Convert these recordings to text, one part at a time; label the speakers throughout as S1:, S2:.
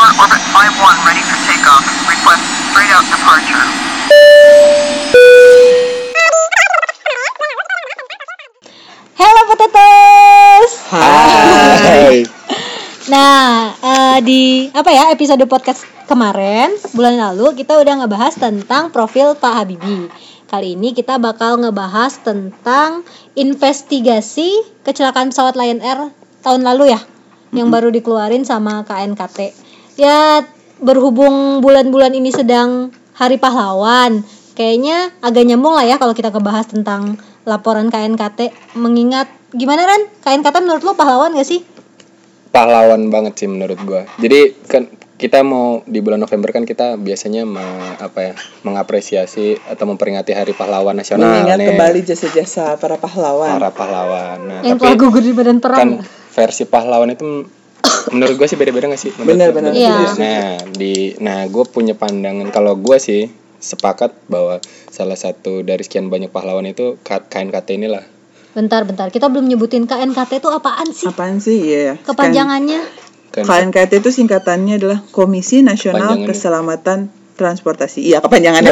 S1: Flight 1 ready for takeoff. Request straight out departure.
S2: Hello potatoes.
S3: Hai.
S2: Nah, eh, di apa ya episode podcast kemarin bulan lalu kita udah ngebahas tentang profil Pak Habibie. Kali ini kita bakal ngebahas tentang investigasi kecelakaan pesawat Lion Air tahun lalu ya, yang baru dikeluarin sama KNKT. Ya berhubung bulan-bulan ini sedang Hari Pahlawan, kayaknya agak nyambung lah ya kalau kita ngebahas tentang laporan KNKT mengingat gimana Ren? KNKT menurut lo pahlawan gak sih?
S3: Pahlawan banget sih menurut gua. Jadi kan kita mau di bulan November kan kita biasanya me- apa ya mengapresiasi atau memperingati Hari Pahlawan Nasional
S4: mengingat
S3: nih.
S4: kembali jasa-jasa para pahlawan.
S3: para pahlawan. Nah,
S2: yang telah
S3: tapi
S2: gugur di badan perang
S3: kan versi pahlawan itu m- menurut gua sih beda-beda gak sih? Menurut
S4: Benar,
S3: lu?
S4: benar.
S2: Iya.
S3: Nah, di nah gue punya pandangan kalau gue sih sepakat bahwa salah satu dari sekian banyak pahlawan itu K- KNKT inilah.
S2: bentar bentar kita belum nyebutin KNKT itu apaan sih
S3: Nah.
S4: Apaan sih? Iya.
S2: kepanjangannya
S3: Kan
S4: KNKT itu singkatannya adalah Komisi Nasional
S3: Kepanjangannya.
S4: Keselamatan Transportasi. Iya, kepanjangannya.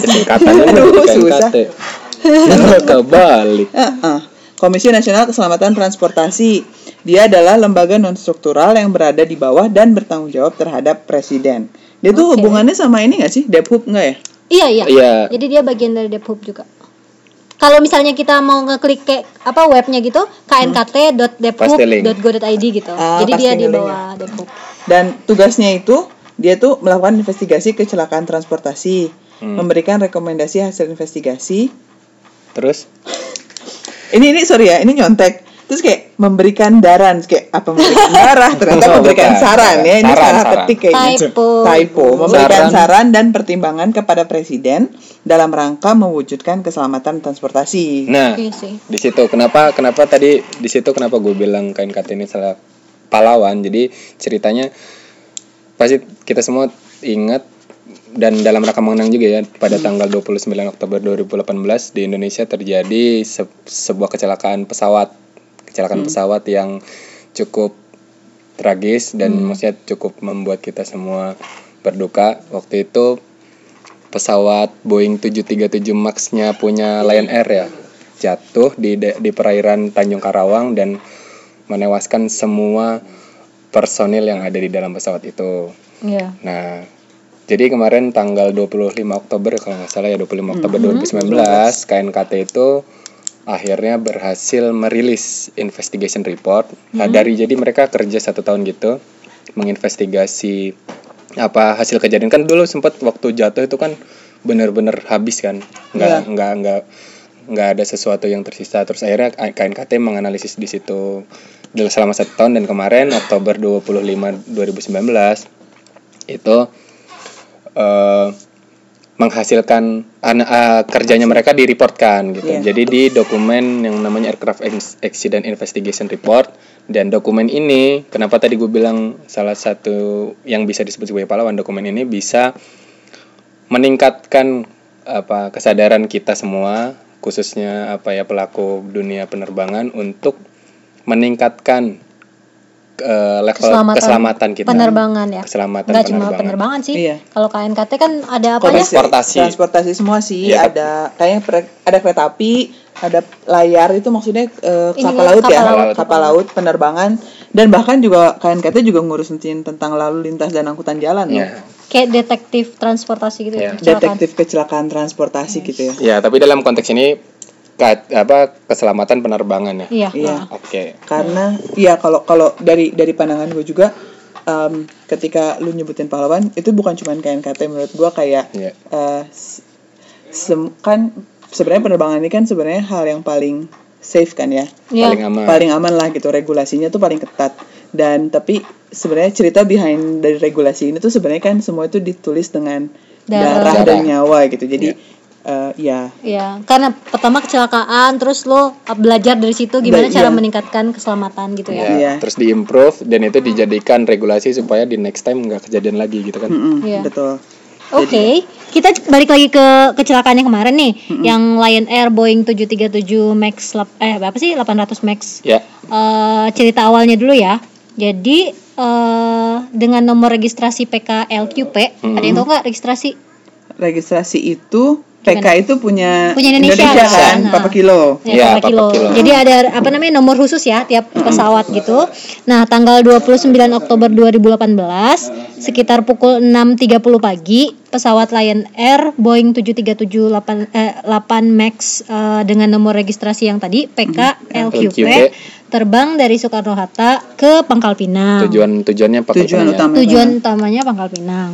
S3: singkatannya
S4: Aduh, susah.
S3: KNKT. Nah, Kebalik.
S4: Heeh. Komisi Nasional Keselamatan Transportasi. Dia adalah lembaga non-struktural yang berada di bawah dan bertanggung jawab terhadap presiden. Dia tuh
S2: Oke.
S4: hubungannya sama ini gak sih? Dephub nggak ya?
S2: iya iya
S3: Iya.
S2: jadi dia bagian dari Dephub juga kalau misalnya kita mau ngeklik ke apa webnya gitu
S3: Pasti link.
S2: knkt.dephub.go.id gitu
S4: Hmm. Ah,
S2: jadi dia
S4: pasti
S2: di
S4: link
S2: bawah Dephub
S4: Dan tugasnya itu dia tuh melakukan investigasi kecelakaan transportasi,
S3: Hmm.
S4: memberikan rekomendasi hasil investigasi,
S3: Terus
S4: ini ini sorry ya ini nyontek terus kayak memberikan daran kayak apa memberikan darah ternyata
S3: Oh,
S4: memberikan
S3: bukan.
S4: saran ya ini
S3: Saran,
S4: salah
S3: saran.
S4: ketik kayaknya
S2: Typo.
S4: typo memberikan
S3: Saran.
S4: saran dan pertimbangan kepada presiden dalam rangka mewujudkan keselamatan transportasi
S3: nah
S2: Iya sih
S3: di situ kenapa kenapa tadi di situ kenapa gue bilang kain kata ini salah pahlawan. Jadi ceritanya pasti kita semua ingat dan dalam rangka mengenang juga ya pada tanggal 29 Oktober 2018 di Indonesia terjadi se- sebuah kecelakaan pesawat kecelakaan pesawat yang cukup tragis dan maksudnya cukup membuat kita semua berduka waktu itu pesawat Boeing 737 Max-nya punya Lion Air ya jatuh di da- di perairan Tanjung Karawang dan menewaskan semua personil yang ada di dalam pesawat itu.
S2: iya
S3: Nah, jadi kemarin tanggal 25 Oktober kalau nggak salah ya 25 Oktober 2019 KNKT itu akhirnya berhasil merilis investigation report. Nah, dari jadi mereka kerja satu tahun gitu menginvestigasi apa hasil kejadian kan dulu sempat waktu jatuh itu kan bener-bener habis kan nggak nggak nggak nggak ada sesuatu yang tersisa terus akhirnya KNKT menganalisis di situ Dulu selama satu tahun dan kemarin Oktober 25 2019 itu eh menghasilkan an- eh, kerjanya mereka direportkan gitu.
S4: Iya.
S3: Jadi di dokumen yang namanya Aircraft Ac- Accident Investigation Report dan dokumen ini kenapa tadi gue bilang salah satu yang bisa disebut sebagai pahlawan dokumen ini bisa meningkatkan apa kesadaran kita semua khususnya apa ya pelaku dunia penerbangan untuk meningkatkan eh, level
S2: Keselamatan
S3: keselamatan, kita
S2: penerbangan ya
S3: keselamatan
S2: nggak cuma
S3: penerbangan.
S2: penerbangan sih
S4: Iya.
S2: kalau KNKT kan ada apanya
S3: Koreksi. Transportasi.
S4: transportasi semua sih
S3: Iya,
S4: ada kayaknya per- ada kereta api ada layar itu maksudnya eh,
S2: Ini
S4: kapal
S2: kan
S4: laut ya
S2: kapal
S3: laut.
S4: kapal laut penerbangan dan bahkan juga KNKT juga ngurusin tentang lalu lintas dan angkutan jalan
S3: Iya.
S4: loh.
S2: kayak detektif transportasi gitu ya
S3: Iya.
S2: kecelakaan.
S4: detektif kecelakaan transportasi gitu ya
S3: Ya, tapi dalam konteks ini ka- apa keselamatan penerbangan ya.
S2: iya
S4: Iya.
S3: Oke.
S4: karena ya kalau kalau dari dari pandangan gue juga em, ketika lu nyebutin pahlawan itu bukan cuman KNKT menurut gue kayak
S3: Iya.
S4: eh, s- sem- kan sebenarnya penerbangan ini kan sebenarnya hal yang paling safe kan ya
S2: Iya.
S3: Paling aman.
S4: paling aman lah gitu regulasinya tuh paling ketat dan tapi sebenarnya cerita behind dari regulasi ini tuh sebenarnya kan semua itu ditulis dengan
S2: Darah.
S4: darah,
S3: Darah.
S4: dan nyawa gitu jadi eh, ya
S2: Iya, karena pertama kecelakaan, terus lo belajar dari situ gimana
S4: Ba-
S2: cara
S4: iya.
S2: meningkatkan keselamatan gitu
S3: Ya,
S2: ya.
S4: Iya.
S3: terus diimprove dan itu dijadikan regulasi supaya di next time nggak kejadian lagi gitu kan.
S4: mm,
S2: Iya.
S4: betul
S2: Oke, kita balik lagi ke kecelakaan yang kemarin nih, yang Lion Air Boeing 737 Max lap- eh berapa sih 800 Max?
S3: Ya.
S2: Eh cerita awalnya dulu ya. Jadi eh, dengan nomor registrasi PKLQP. Ada yang tahu nggak registrasi?
S4: Registrasi itu PK itu punya,
S2: Punya Indonesia,
S4: kan,
S2: kan?
S4: Papa Kilo.
S3: Iya,
S2: Ya, berapa
S3: berapa
S2: kilo.
S3: kilo.
S2: Jadi ada apa namanya nomor khusus ya tiap pesawat gitu. Nah, tanggal 29 Oktober 2018 sekitar pukul 6.30 pagi pesawat Lion Air Boeing 737 eh, 8 Max eh, dengan nomor registrasi yang tadi PK LQP
S3: LQP.
S2: terbang dari Soekarno-Hatta ke Pangkal Pinang
S3: Tujuan tujuannya apa?
S4: Tujuan
S3: katanya?
S4: utama.
S2: tujuan utamanya Pangkal Pinang.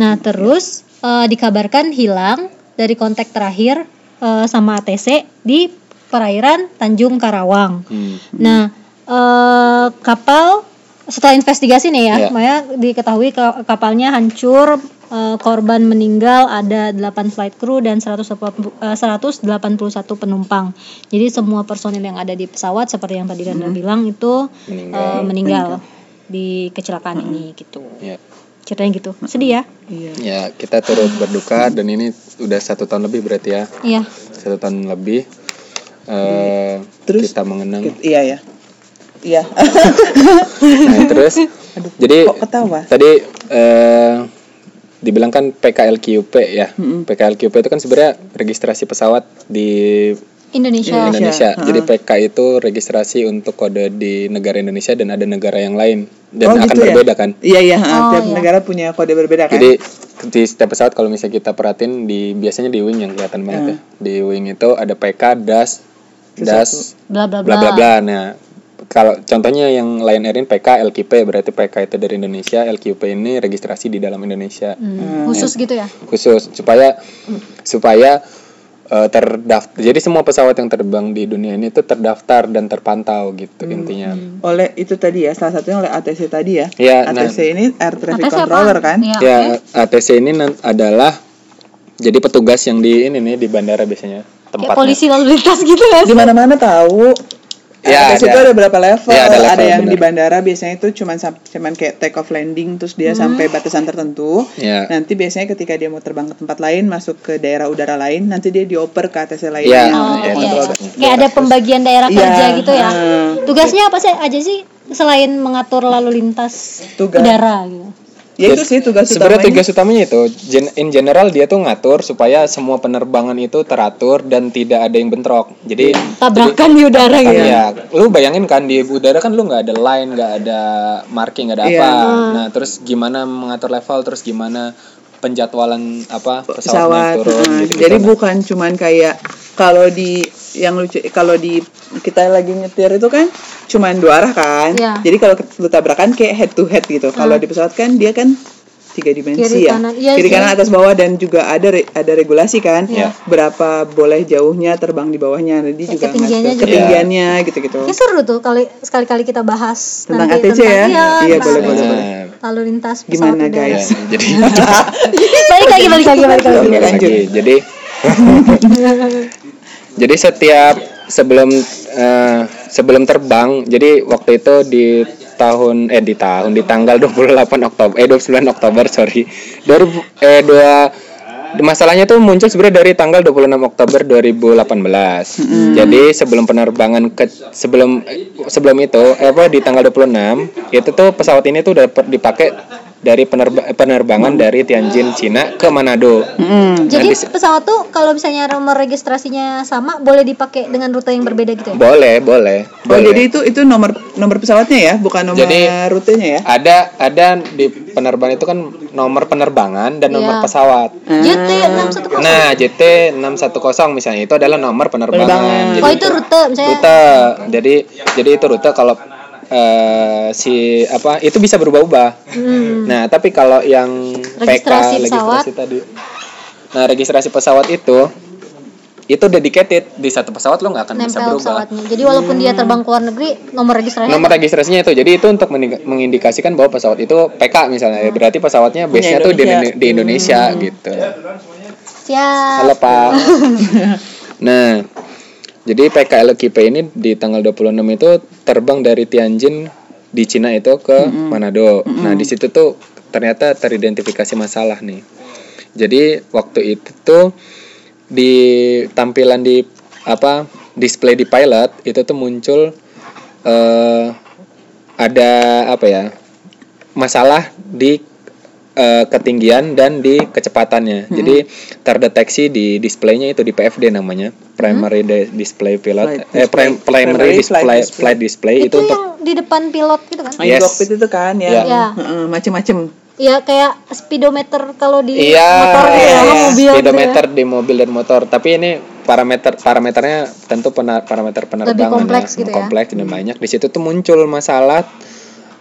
S2: Nah terus eh, dikabarkan hilang dari kontak terakhir eh, sama ATC di perairan Tanjung Karawang.
S3: Hmm.
S2: Nah eh, kapal setelah investigasi nih ya,
S3: Iya.
S2: Maya diketahui ka- kapalnya hancur, eh, korban meninggal ada 8 flight crew dan 180, eh, 181 penumpang. Jadi semua personil yang ada di pesawat seperti yang tadi Danda bilang itu eh,
S3: Meninggal.
S2: meninggal di kecelakaan ini gitu.
S3: Ya.
S2: Ceritanya gitu. Sedih ya?
S4: Iya.
S3: ya kita turut berduka dan ini udah satu tahun lebih berarti ya
S2: Iya.
S3: satu tahun lebih eh
S4: Terus-
S3: kita mengenang
S4: Gitu, Iya ya. Iya.
S3: Nah, terus jadi
S4: Kok ketawa?
S3: tadi eh dibilang kan PKLQP ya PKLQP itu kan sebenarnya registrasi pesawat di
S4: Oh,
S2: Indonesia.
S3: Indonesia jadi PK itu registrasi untuk kode di negara Indonesia dan ada negara yang lain dan
S4: Oh,
S3: akan
S4: gitu ya?
S3: berbeda kan
S4: Iya iya, ha,
S2: Oh,
S4: tiap
S2: iya.
S4: negara punya kode berbeda kan.
S3: Jadi di setiap pesawat kalau misalnya kita perhatiin di biasanya di wing yang kelihatan banget ya. Di wing itu ada PK, das, das,
S2: Bla bla
S3: bla bla bla. Nah, kalau contohnya yang Lion Air ini PK, LQP berarti PK itu dari Indonesia, LQP ini registrasi di dalam Indonesia
S2: Hmm, Khusus gitu ya?
S3: khusus supaya supaya eh, terdaftar. Jadi semua pesawat yang terbang di dunia ini itu terdaftar dan terpantau gitu intinya.
S4: Oleh itu tadi ya, salah satunya oleh ATC tadi ya.
S3: Iya, nah-
S4: ATC ini air traffic
S2: Atas apa?
S4: controller kan.
S2: Iya.
S3: Ya, ATC ini nan- adalah jadi petugas yang di ini nih di bandara biasanya
S2: Kayak
S3: tempatnya.
S2: polisi lalu lintas gitu kan?
S4: Di mana-mana tahu.
S3: Ya,
S4: ATC
S3: ada.
S4: itu ada berapa level?
S3: Ya, ada
S4: ada,
S3: level,
S4: yang
S3: benar.
S4: di bandara biasanya itu cuman sam- cuman kayak take off landing terus dia
S2: Hmm.
S4: sampai batasan tertentu.
S3: Ya.
S4: Nanti biasanya ketika dia mau terbang ke tempat lain, masuk ke daerah udara lain, nanti dia dioper ke ATC lain. yang
S3: Iya,
S2: Oh,
S3: iya,
S2: iya,
S4: kontrol.
S2: iya. Kayak ada pembagian daerah
S4: Iya,
S2: kerja gitu ya.
S4: eh.
S2: Tugasnya apa sih aja sih selain mengatur lalu lintas
S4: Tugas.
S2: udara gitu?
S4: Ya itu sih tugas
S3: Sebenarnya
S4: utamanya.
S3: tugas utamanya itu gen- in general dia tuh ngatur supaya semua penerbangan itu teratur dan tidak ada yang bentrok. Jadi
S2: Tabrakan di udara gitu.
S3: Iya, lu bayangin kan di udara kan lu nggak ada line, nggak ada marking, nggak ada
S4: Iya.
S3: apa. Nah, terus gimana mengatur level, terus gimana penjadwalan apa pesawat, naik
S4: pesawat.
S3: turun
S4: nah,
S3: gitu.
S4: jadi bukan cuman kayak kalau di yang lucu kalau di kita lagi nyetir itu kan cuman dua arah kan.
S2: Iya. Hmm.
S4: Jadi kalau ke- lu tabrakan kayak head to head gitu. Kalau di pesawat kan dia kan tiga dimensi
S2: Kiri,
S4: ya.
S2: kanan. Iya
S4: Kiri
S2: sih.
S4: kanan atas bawah dan juga ada re- ada regulasi kan.
S3: Iya.
S4: Berapa boleh jauhnya terbang di bawahnya. Jadi juga
S2: ketinggiannya
S4: ngatur
S2: juga.
S4: ketinggiannya gitu-gitu.
S2: Ya seru tuh kali sekali-kali kita bahas
S4: Tentang
S2: nanti
S4: ATC ya?
S2: iya,
S4: Iya,
S2: tentang
S4: boleh, boleh, boleh.
S3: Nah,
S2: Lalu lintas pesawat
S4: Gimana
S2: udara.
S3: ya,
S4: guys?
S3: jadi
S2: balik lagi balik lagi balik lagi.
S3: Balik
S4: lanjut.
S3: Iya, lagi. Jadi Jadi setiap sebelum eh, sebelum terbang, jadi waktu itu di tahun eh di tahun di tanggal 28 Oktober eh 29 Oktober sorry. Dari eh dua masalahnya tuh muncul sebenarnya dari tanggal 26 Oktober 2018. Jadi sebelum penerbangan ke sebelum eh, sebelum itu eh, apa di tanggal 26 itu tuh pesawat ini tuh dapat dipakai dari penerba- penerbangan dari Tianjin Cina ke Manado. Oh,
S2: Jadi pesawat tuh kalau misalnya nomor registrasinya sama boleh dipakai dengan rute yang berbeda gitu ya?
S3: Boleh, boleh.
S4: Oh,
S3: boleh.
S4: jadi itu itu nomor nomor pesawatnya ya, bukan nomor
S3: iya. Jadi- Iya.
S4: rutenya ya.
S3: ada ada di penerbangan itu kan nomor penerbangan dan
S2: Iya.
S3: nomor pesawat.
S4: Ah.
S2: JT 610.
S3: Nah, JT 610 misalnya itu adalah nomor penerbangan. Jadi
S2: Oh itu rute misalnya.
S3: rute. Jadi jadi itu rute kalau eh, si apa itu bisa berubah-ubah.
S2: Hmm,
S3: Nah, tapi kalau yang
S2: Registrasi
S3: PK
S2: pesawat.
S3: registrasi tadi. Nah, registrasi pesawat itu itu dedicated di satu pesawat lo nggak akan bisa
S2: nempel
S3: berubah.
S2: pesawatnya. Jadi walaupun dia
S4: Hmm.
S2: terbang ke luar negeri, nomor registrasinya
S3: nomor registrasinya itu jadi itu untuk mening- mengindikasikan bahwa pesawat itu PK misalnya ya. berarti pesawatnya base nya tuh di,
S4: Indonesia.
S3: di Indonesia gitu
S2: siap.
S3: halo pak nah jadi PKL KP ini di tanggal 26 itu terbang dari Tianjin di Cina itu ke Manado nah di situ tuh ternyata teridentifikasi masalah nih jadi waktu itu tuh di tampilan di apa display di pilot itu tuh muncul eh ada apa ya masalah di eh, ketinggian dan di kecepatannya. Jadi terdeteksi di displaynya itu di PFD namanya, primary di- display
S4: Flight
S3: pilot, eh
S4: display.
S3: prim-
S4: Primary
S3: primary display
S4: flight
S3: flight
S4: display.
S3: display,
S2: itu,
S3: itu, untuk
S2: yang di depan pilot gitu kan?
S4: Yang
S3: Yes.
S4: cockpit itu kan ya.
S3: Iya.
S2: Iya.
S4: Heeh, macem-macem.
S2: Iya kayak speedometer kalau di
S3: Iya,
S2: motor gitu ya, mobil gitu ya.
S3: speedometer di mobil dan motor. Tapi ini parameter parameternya tentu pena- parameter penerbangan
S2: kompleks
S3: ya,
S2: gitu ya.
S3: kompleks dan banyak. Di situ tuh muncul masalah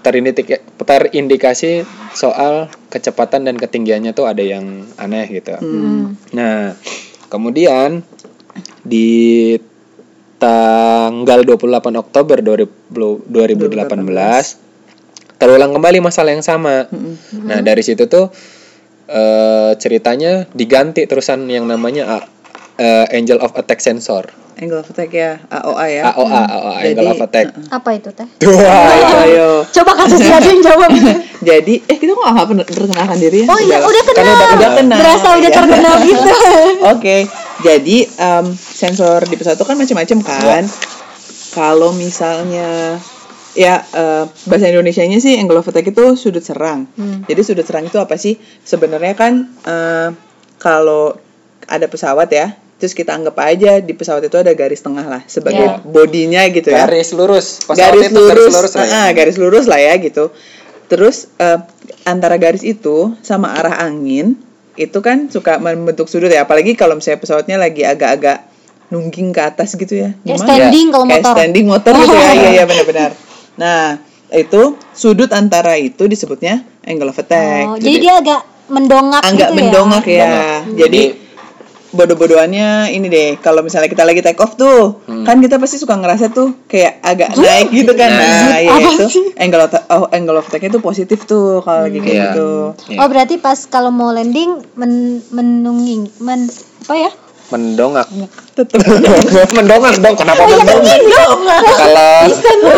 S3: terindikasi, terindikasi soal kecepatan dan ketinggiannya tuh ada yang aneh gitu.
S2: Hmm.
S3: Nah, kemudian di tanggal 28 Oktober 2000 2018 terulang kembali masalah yang sama.
S4: Mm-hmm.
S3: Nah, dari situ tuh eh, ceritanya diganti terusan yang namanya ah, eh, Angel of Attack Sensor.
S4: Angle of attack ya, AOA ya.
S3: AOA, AOA Angel
S4: Jadi, uh-uh.
S3: of Attack.
S2: Apa itu teh?
S3: Tuh,
S4: Ayo, ayo.
S2: Coba kasih si Adin jawab.
S4: Iya, Jadi, eh kita kok nggak pernah perkenalkan diri ya?
S2: Oh iya, udah kenal.
S3: Kan udah-
S4: udah kenal.
S2: Berasa udah
S4: Iya.
S2: terkenal gitu.
S4: Oke, jadi em, sensor di pesawat itu kan macam-macam kan.
S2: Iya.
S4: Kalau misalnya ya eh, bahasa Indonesianya sih angle of attack itu sudut serang.
S2: Hmm.
S4: Jadi sudut serang itu apa sih? Sebenarnya kan eh, kalau ada pesawat ya, terus kita anggap aja di pesawat itu ada garis tengah lah
S2: Iya.
S4: sebagai bodinya gitu ya
S3: garis lurus. Pesawat
S4: garis
S3: itu
S4: lurus,
S3: garis lurus. lah ya.
S4: ah, garis lurus lah ya gitu. Terus eh, antara garis itu sama arah angin itu kan suka membentuk sudut ya, apalagi kalau misalnya pesawatnya lagi agak-agak nungging ke atas gitu ya.
S2: Kayak
S4: Gimana?
S2: standing kalau
S4: Kayak
S2: motor. Oh.
S4: standing motor gitu ya, iya iya benar-benar. Nah itu sudut antara itu disebutnya angle of attack.
S2: Oh, jadi dia agak mendongak
S4: Agak
S2: gitu
S4: mendongak
S2: ya.
S4: ya. Jadi
S3: Jadi
S4: bodoh-bodoannya ini deh kalau misalnya kita lagi take off tuh
S3: Hmm.
S4: kan kita pasti suka ngerasa tuh kayak agak naik gitu kan nah ya
S2: Apa
S4: itu angle of, oh, angle of attack itu positif tuh kalau lagi kayak
S3: Iya.
S4: gitu
S3: Iya.
S2: Oh, berarti pas kalau mau landing men menunging men apa ya?
S3: mendongak.
S4: tetep
S3: mendongak dong. Kenapa
S4: Iya.
S3: mendongak?
S2: Mendongak.
S3: Kalau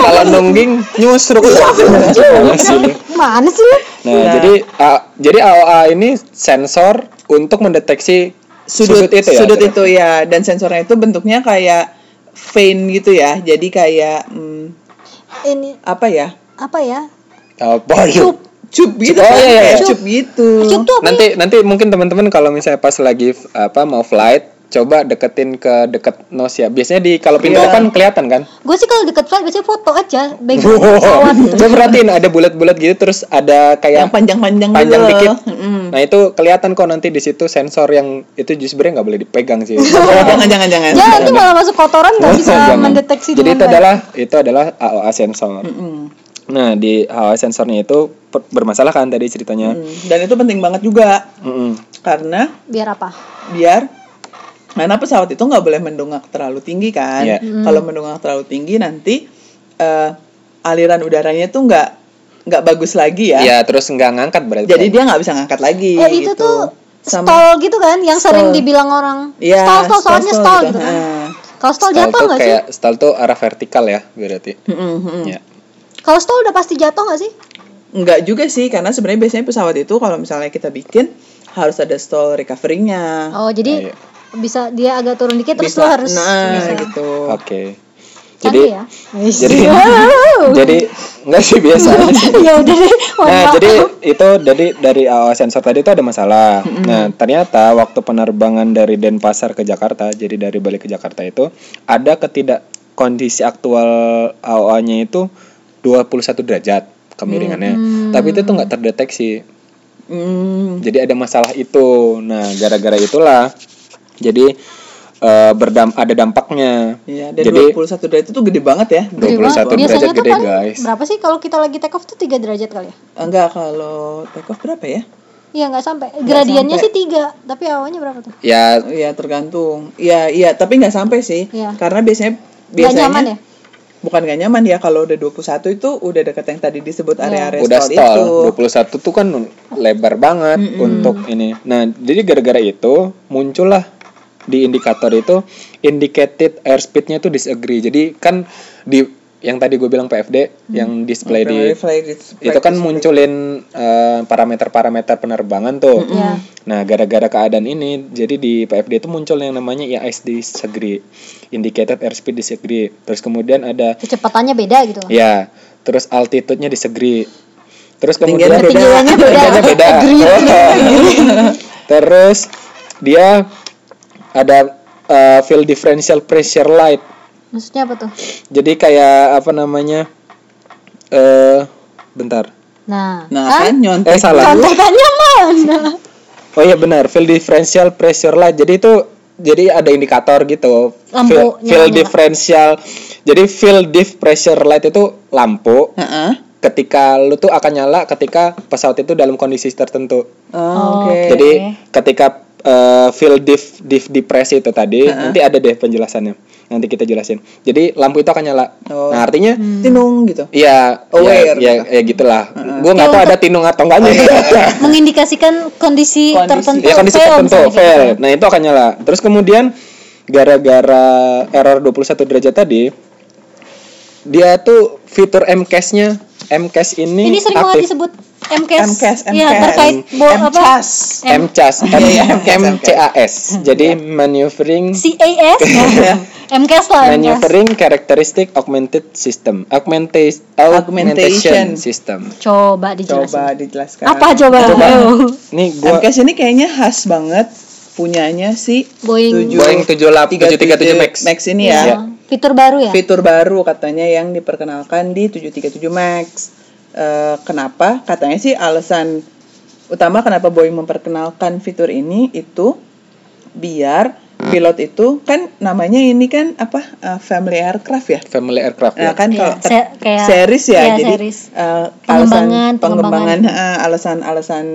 S3: kalau nungging nyusruk.
S4: Iya.
S3: Masih.
S2: Mana sih lu?
S3: Nah, jadi A- jadi AOA ini sensor untuk mendeteksi
S4: sudut,
S3: sudut, itu ya.
S4: sudut itu ya dan sensornya itu bentuknya kayak vein gitu ya jadi kayak hmm,
S2: Ini
S4: apa ya
S2: apa ya?
S3: Apa itu?
S2: Cup.
S4: cup gitu
S3: Oh,
S4: kan,
S3: iya, iya,
S4: kayak
S3: iya.
S4: cup gitu
S2: Cup tuh apa? ya?
S3: Nanti nanti mungkin teman-teman kalau misalnya pas lagi apa mau flight coba deketin ke deket nose ya. Biasanya di kalau pintu
S4: Iya.
S3: depan kelihatan kan?
S2: Gue sih kalau deket flight biasanya foto aja background pesawat gitu.
S3: Coba perhatiin ada bulat-bulat gitu terus ada
S4: yang
S3: kayak
S4: Ya, panjang-panjang
S3: panjang
S4: gitu.
S3: dikit.
S4: Mm.
S2: Hmm.
S3: Nah, itu kelihatan kok nanti di situ sensor yang itu justru sebenarnya nggak boleh dipegang sih.
S4: jangan jangan jangan
S2: Ya nanti malah masuk kotoran gak bisa
S3: Jangan.
S2: mendeteksi Hmm.
S3: Jadi itu
S2: dengan baik.
S3: adalah itu adalah AOA sensor. Nah, di AOA sensornya itu per- bermasalah kan tadi ceritanya. Hmm.
S4: Mm. dan itu penting banget juga
S2: Hmm.
S3: Mm-mm.
S4: karena
S2: biar apa?
S4: biar karena pesawat itu nggak boleh mendongak terlalu tinggi kan
S3: Iya.
S2: Hmm.
S4: kalau mendongak terlalu tinggi nanti eh, aliran udaranya tuh nggak nggak bagus lagi ya
S3: Ya, terus nggak ngangkat berarti. ya?
S4: jadi dia nggak bisa ngangkat lagi
S2: Eh, itu
S4: gitu.
S2: tuh
S4: sama
S2: stall gitu kan yang sering
S4: Stall.
S2: dibilang orang.
S4: Iya,
S2: stall stall soalnya
S4: stall,
S2: stall
S4: gitu.
S2: gitu kan.
S4: Nah.
S2: Kalau stall
S3: stall
S2: jatuh
S3: tuh
S2: gak sih? Hmm.
S3: kayak stall tuh arah vertikal ya berarti.
S4: Mm-mm, mm-mm.
S3: Ya.
S2: Kalau stall udah pasti jatuh gak sih?
S4: nggak juga sih karena sebenarnya biasanya pesawat itu kalau misalnya kita bikin harus ada stall recovery-nya
S2: Oh, jadi
S3: Iya.
S2: bisa dia agak turun dikit terus
S4: Ah, Bisa.
S2: lo harus
S4: nah
S2: bisa.
S4: gitu
S3: Oke.
S2: Canggih
S3: Jadi
S2: ya.
S3: jadi
S4: iya.
S2: Oh.
S3: jadi nggak sih biasanya sih.
S2: ya udah deh. mohon
S3: Nah,
S2: maaf.
S3: jadi itu dari dari AOA sensor tadi itu ada masalah. Nah, ternyata waktu penerbangan dari Denpasar ke Jakarta, jadi dari Bali ke Jakarta itu ada ketidak kondisi aktual AOA-nya itu 21 derajat kemiringannya. Tapi itu tuh nggak terdeteksi.
S4: Mm,
S3: Jadi ada masalah itu. Nah, gara-gara itulah jadi eh, berdam ada dampaknya.
S4: Iya, dan
S3: jadi
S4: 21 derajat itu gede banget ya.
S2: Gede banget. Biasanya
S3: 21 derajat
S2: tuh kan
S3: gede,
S2: paling
S3: guys.
S2: Berapa sih kalau kita lagi take off tuh 3 derajat kali ya?
S4: Enggak kalau take off berapa ya?
S2: Iya nggak sampai. Gradiennya
S4: sampai.
S2: sih 3, tapi awalnya berapa tuh?
S3: ya
S4: Iya tergantung. Iya iya tapi nggak sampai sih.
S2: Iya.
S4: Karena biasanya
S2: Gak
S4: biasanya
S2: nyaman ya?
S4: bukan gak nyaman ya kalau udah 21 itu udah dekat yang tadi disebut
S2: Iya.
S4: area-area
S3: udah
S4: stall
S3: stall
S4: itu.
S3: 21 tuh kan lebar banget untuk ini nah jadi gara-gara itu muncullah di indikator itu indicated airspeednya tuh disagree jadi kan di yang tadi gue bilang PFD yang display di
S4: Primary flight is-
S3: itu kan munculin eh, parameter-parameter penerbangan tuh
S2: Iya.
S3: Nah, gara-gara keadaan ini, jadi di PFD itu muncul yang namanya IAS disagree, indicated airspeed disagree. Terus kemudian ada
S4: Iya,
S2: Kecepatannya beda gitu.
S3: Ya, terus altitude-nya disagree. Terus kemudian
S4: Ketinggiannya beda.
S2: Ketinggiannya beda.
S3: Ketinggiannya beda.
S2: Agree.
S3: Oh. Terus dia ada eh, field differential pressure light.
S2: Maksudnya apa tuh?
S3: Jadi kayak apa namanya? Eh bentar.
S2: Nah,
S4: Nah
S2: kan
S4: kan nyontek.
S3: Eh salah.
S2: contekannya mana?
S3: Oh iya benar, field differential pressure light. Jadi itu jadi ada indikator gitu.
S2: Lampu
S3: Field,
S2: nyala-nyala.
S3: field differential. Jadi field diff pressure light itu lampu
S4: Heeh.
S3: ketika lu tuh akan nyala ketika pesawat itu dalam kondisi tertentu.
S4: Oh, Oke.
S2: Oke.
S3: Jadi ketika eh, field diff diff depresi itu tadi nanti ada deh penjelasannya. Nanti kita jelasin. Jadi lampu itu akan nyala.
S4: Oh.
S3: Nah, artinya
S4: Tinung gitu.
S3: Iya,
S4: Aware.
S3: ya, ya, ya gitulah. Gue nggak tahu ada tinung atau enggaknya.
S2: Mengindikasikan kondisi,
S4: Kondisi.
S2: tertentu.
S3: Ya kondisi
S2: iya. fail
S3: tertentu,
S2: misalnya gitu. kayak
S3: fail. Nah itu akan nyala. Terus kemudian gara-gara error 21 derajat tadi, dia tuh fitur MCAS-nya, MCAS
S2: gitu.
S3: ini,
S2: Ini sering banget
S3: aktif.
S2: disebut MCAS.
S4: MCAS,
S2: Iya,
S4: MCAS.
S2: terkait bo- apa?
S4: MCAS.
S3: MCAS, M-
S4: Iya,
S3: MCAS.
S4: ya.
S3: Jadi maneuvering
S2: CAS.
S3: Ya.
S2: MCAS lah, MCAS.
S3: maneuvering characteristic augmented system, augmentation,
S4: Augmentation.
S3: augmentation system.
S2: Coba dijelaskan.
S4: Coba dijelaskan.
S2: Apa coba?
S3: Coba.
S2: Ayo.
S3: Ini gua
S4: MCAS ini kayaknya khas banget punyanya si
S2: Boeing.
S4: tujuh-
S3: Boeing 78 737 Max.
S4: Max ini ya.
S2: Iya. Fitur baru ya?
S4: Fitur baru katanya yang diperkenalkan di 737 Max. Eh, kenapa? Katanya sih alasan utama kenapa Boeing memperkenalkan fitur ini itu biar pilot itu kan namanya ini kan apa eh, family aircraft ya.
S3: family aircraft
S4: Nah
S3: ya.
S4: kan
S2: Iya,
S4: kalau ter-
S2: se- kayak-
S4: series ya,
S2: iya,
S4: jadi
S2: series.
S4: eh,
S2: Pengembangan,
S4: alasan pengembangan eh, alasan-alasan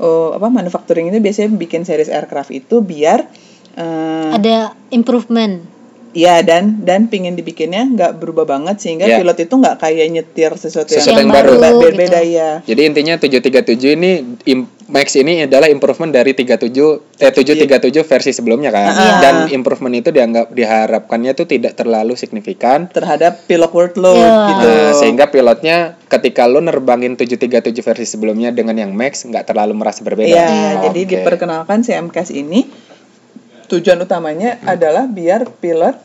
S4: oh, apa manufacturing itu biasanya bikin series aircraft itu biar eh,
S2: Ada improvement.
S4: Iya dan dan pingin dibikinnya nggak berubah banget sehingga
S3: Iya.
S4: pilot itu nggak kayak nyetir sesuatu yang,
S3: Sesuatu yang
S4: baru,
S3: baru.
S4: ba-
S2: Gitu.
S4: berbeda ya.
S3: Jadi intinya 737 ini im- Max ini adalah improvement dari 37 eh 737 versi sebelumnya kan.
S4: Iya.
S3: Dan improvement itu dianggap diharapkannya tuh tidak terlalu signifikan.
S4: terhadap pilot workload
S2: Iya.
S4: gitu.
S3: Nah, sehingga pilotnya ketika lo nerbangin 737 versi sebelumnya dengan yang Max nggak terlalu merasa berbeda.
S4: Iya,
S3: Oh,
S4: jadi
S3: oke.
S4: diperkenalkan CMCAS ini tujuan utamanya
S3: Hmm.
S4: adalah biar pilot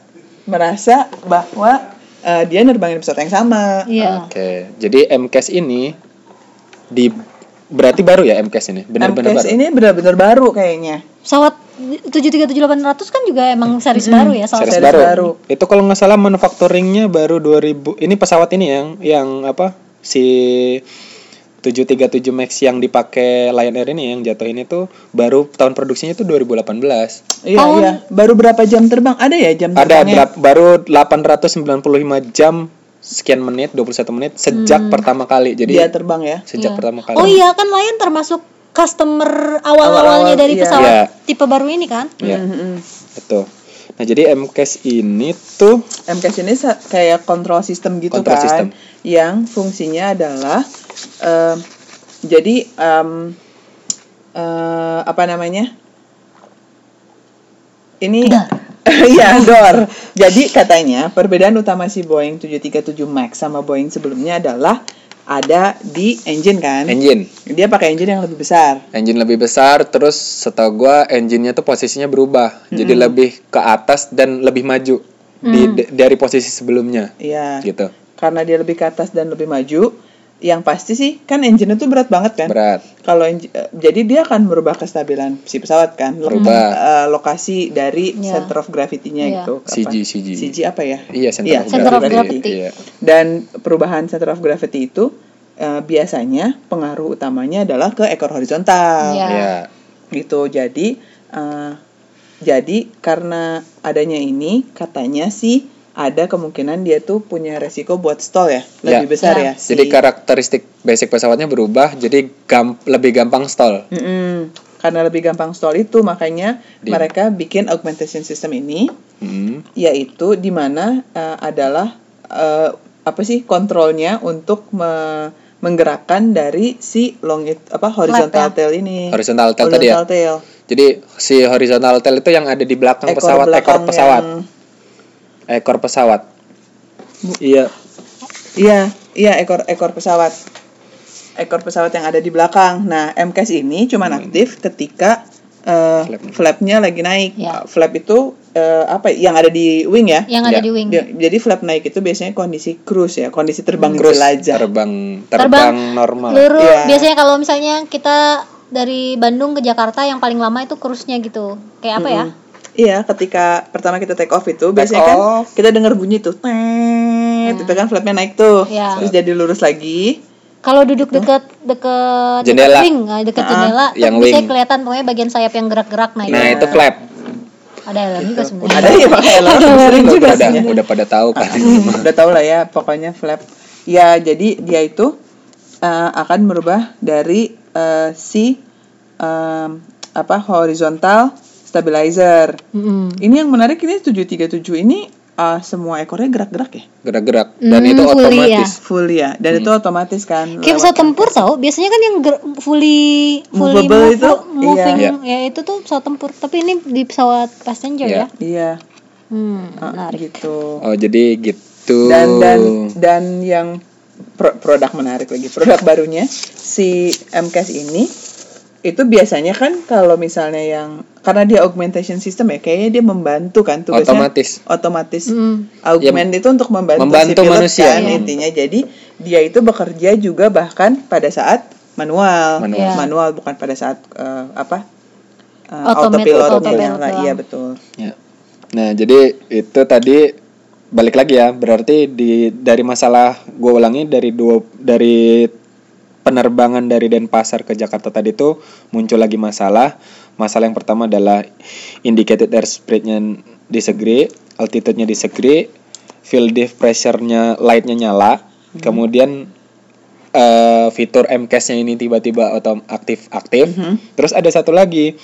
S4: merasa bahwa eh, dia nerbangin pesawat yang sama.
S3: Ah.
S2: Iya.
S3: Oke. Jadi MCAS ini di berarti baru ya MCAS ini. Benar-benar
S4: MCAS
S3: baru.
S4: ini benar-benar baru kayaknya.
S2: Pesawat 737-800 kan juga emang series baru ya, salah
S3: Series
S4: Series
S2: satu.
S3: baru.
S4: baru.
S3: Itu kalau nggak salah manufacturingnya baru 2000. Ini pesawat ini yang yang apa si 737 Max yang dipakai Lion Air ini yang jatuh ini tuh baru tahun produksinya itu 2018.
S4: Iya,
S2: Tahun-
S4: iya. Baru berapa jam terbang? Ada ya jam
S3: Ada
S4: terbangnya?
S3: berap- baru 895 jam sekian menit 21 menit sejak pertama kali. Jadi
S4: dia terbang ya.
S3: sejak pertama kali.
S2: Oh iya kan Lion termasuk customer awal-awalnya dari
S4: iya.
S2: pesawat
S3: Iya.
S2: tipe baru ini kan?
S3: Iya,
S4: Mm-mm.
S3: betul. Nah, jadi MCAS ini tuh
S4: MCAS ini sa- kayak kontrol sistem gitu
S3: Kontrol
S4: kan,
S3: sistem.
S4: yang fungsinya adalah em, jadi em, eh, apa namanya? Ini Iya, door. Jadi katanya perbedaan utama si Boeing 737 Max sama Boeing sebelumnya adalah ada di engine kan.
S3: engine
S4: Dia pakai engine yang lebih besar.
S3: Engine lebih besar, terus setahu gua engine-nya tuh posisinya berubah, jadi lebih ke atas dan lebih maju di, d- dari posisi sebelumnya,
S4: Iya.
S3: gitu.
S4: Karena dia lebih ke atas dan lebih maju, yang pasti sih kan engine itu berat banget kan.
S3: Berat,
S4: kalau enj- eh, jadi dia akan merubah kestabilan si pesawat kan Lo-
S3: Berubah.
S4: eh, lokasi dari
S2: Iya.
S4: center of gravity-nya
S2: Iya.
S4: gitu apa?
S3: CG, CG.
S4: CG apa ya
S3: Iya, center
S4: Iya,
S3: of
S2: Center of
S3: gravity.
S2: gravity.
S3: Iya.
S4: dan perubahan center of gravity itu eh, biasanya pengaruh utamanya adalah ke ekor horizontal
S2: Iya.
S3: Iya.
S4: gitu jadi eh, jadi karena adanya ini katanya sih ada kemungkinan dia tuh punya resiko buat stall ya lebih
S3: Iya.
S4: besar
S2: Iya.
S4: ya si-
S3: Jadi karakteristik basic pesawatnya berubah, jadi gam- lebih gampang stall.
S4: Mm-mm. Karena lebih gampang stall itu makanya
S3: Di-
S4: mereka bikin augmentation system ini
S3: Hmm.
S4: yaitu di mana eh, adalah eh, apa sih kontrolnya untuk me- menggerakkan dari si long apa
S2: ya.
S4: horizontal tail ini.
S3: Horizontal tail tadi ya?
S4: Horizontal tail.
S3: Jadi si horizontal tail itu yang ada di belakang
S4: Ekor
S3: pesawat,
S4: belakang
S3: ekor pesawat,
S4: yang-
S3: ekor pesawat. Iya.
S4: Iya, iya ekor ekor pesawat. Ekor pesawat yang ada di belakang. Nah, MCAS ini cuma aktif ketika eh,
S3: Hmm. Flap.
S4: flapnya lagi naik.
S2: Iya.
S4: Flap itu eh, apa yang ada di wing ya?
S2: yang ada
S3: Ya,
S2: di wing.
S4: Dia- Jadi flap naik itu biasanya kondisi cruise ya, kondisi terbang
S3: Terus
S4: jelajah.
S3: terbang terbang,
S2: Terbang.
S3: normal.
S2: Peluru
S4: Iya.
S2: biasanya kalau misalnya kita dari Bandung ke Jakarta yang paling lama itu cruise-nya gitu. Kayak apa ya?
S4: Iya, ketika pertama kita take off itu biasanya kan
S3: off.
S4: kita dengar bunyi tuh, tet, itu kan flapnya naik tuh,
S2: Iya.
S4: terus jadi lurus lagi.
S2: Kalau duduk deket deket deket
S3: Jendela.
S2: wing, nah, deket jendela,
S3: yang
S2: bisa
S3: wing.
S2: kelihatan pokoknya bagian sayap yang gerak-gerak nah,
S3: Nah,
S2: itu.
S3: itu flap.
S2: Ada helm juga sebenarnya.
S4: Ada ya pakai helm. Sering
S3: Udah,
S4: juga
S3: udah,
S4: sih.
S3: udah pada tahu kan.
S4: udah tau lah ya pokoknya flap ya jadi dia itu eh, akan merubah dari eh, si em, apa horizontal stabilizer
S2: Mm-mm.
S4: ini yang menarik ini 737 ini eh, semua ekornya gerak-gerak ya
S3: Gerak-gerak dan itu
S2: Hmm, fully
S3: otomatis.
S4: full ya dan itu otomatis kan
S2: Kayak
S4: lewat-
S2: pesawat tempur tau, biasanya kan yang ger- fully fully
S4: Movable
S2: move-
S4: itu,
S2: moving
S3: iya.
S2: ya itu tuh pesawat tempur. Tapi ini di pesawat passenger
S3: Iya.
S2: ya.
S4: iya
S2: Hmm,
S4: eh,
S2: menarik.
S4: gitu
S3: Oh, jadi gitu.
S4: dan dan dan yang pro- produk menarik lagi produk barunya si MCAS ini itu biasanya kan kalau misalnya yang karena dia augmentation system ya kayaknya dia membantu kan tugasnya
S3: Otomatis.
S4: otomatis
S2: Mm.
S4: augment itu untuk membantu,
S3: Ya, Membantu
S4: pilot
S3: manusia.
S4: kan,
S3: Iya.
S4: intinya jadi dia itu bekerja juga bahkan pada saat manual
S2: Iya.
S3: Manual.
S4: bukan pada saat eh, apa eh,
S2: Automate-
S4: autopilotnya
S2: autopilot
S4: lah.
S2: doang.
S4: iya betul
S3: Ya. Nah, jadi itu tadi balik lagi ya. Berarti di dari masalah gue ulangi dari dua dari penerbangan dari Denpasar ke Jakarta tadi tuh muncul lagi masalah. Masalah yang pertama adalah indicated airspeed-nya disagree, altitude-nya disagree, field diff pressure-nya light-nya nyala. Kemudian eh, fitur MCAS-nya ini tiba-tiba otom aktif aktif. Terus ada satu lagi.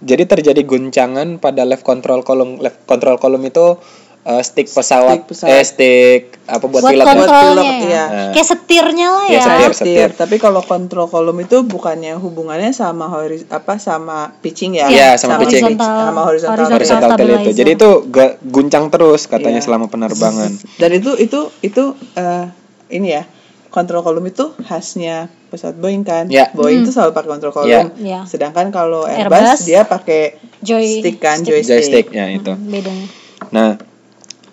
S3: Jadi terjadi guncangan pada left control column. Left control column itu eh, stick pesawat,
S4: pesawat.
S3: eh stick apa buat,
S2: Buat
S3: pilot ya?
S2: kontrolnya
S4: pilot,
S2: ya.
S4: iya.
S2: Kayak setirnya lah
S3: Iya,
S2: ya.
S3: setir.
S4: Setir. Tapi kalau kontrol kolom itu bukannya hubungannya sama horis apa sama pitching ya?
S3: Iya, sama pitching.
S4: Sama horizontal.
S2: Horizontal.
S3: horizontal tail itu.
S2: Stabilizer.
S3: Jadi itu ga- guncang terus katanya
S4: Iya.
S3: selama penerbangan.
S4: Dan itu itu itu eh, ini ya. Kontrol kolom itu khasnya pesawat Boeing kan.
S3: Iya.
S4: Boeing itu selalu pakai kontrol kolom.
S3: Iya.
S2: Iya.
S4: Sedangkan kalau
S2: Hmm. Airbus,
S4: Airbus, dia pakai
S2: Joy-
S4: stick kan,
S2: stick.
S4: joystick.
S3: Joysticknya itu.
S2: Bedanya.
S3: Nah,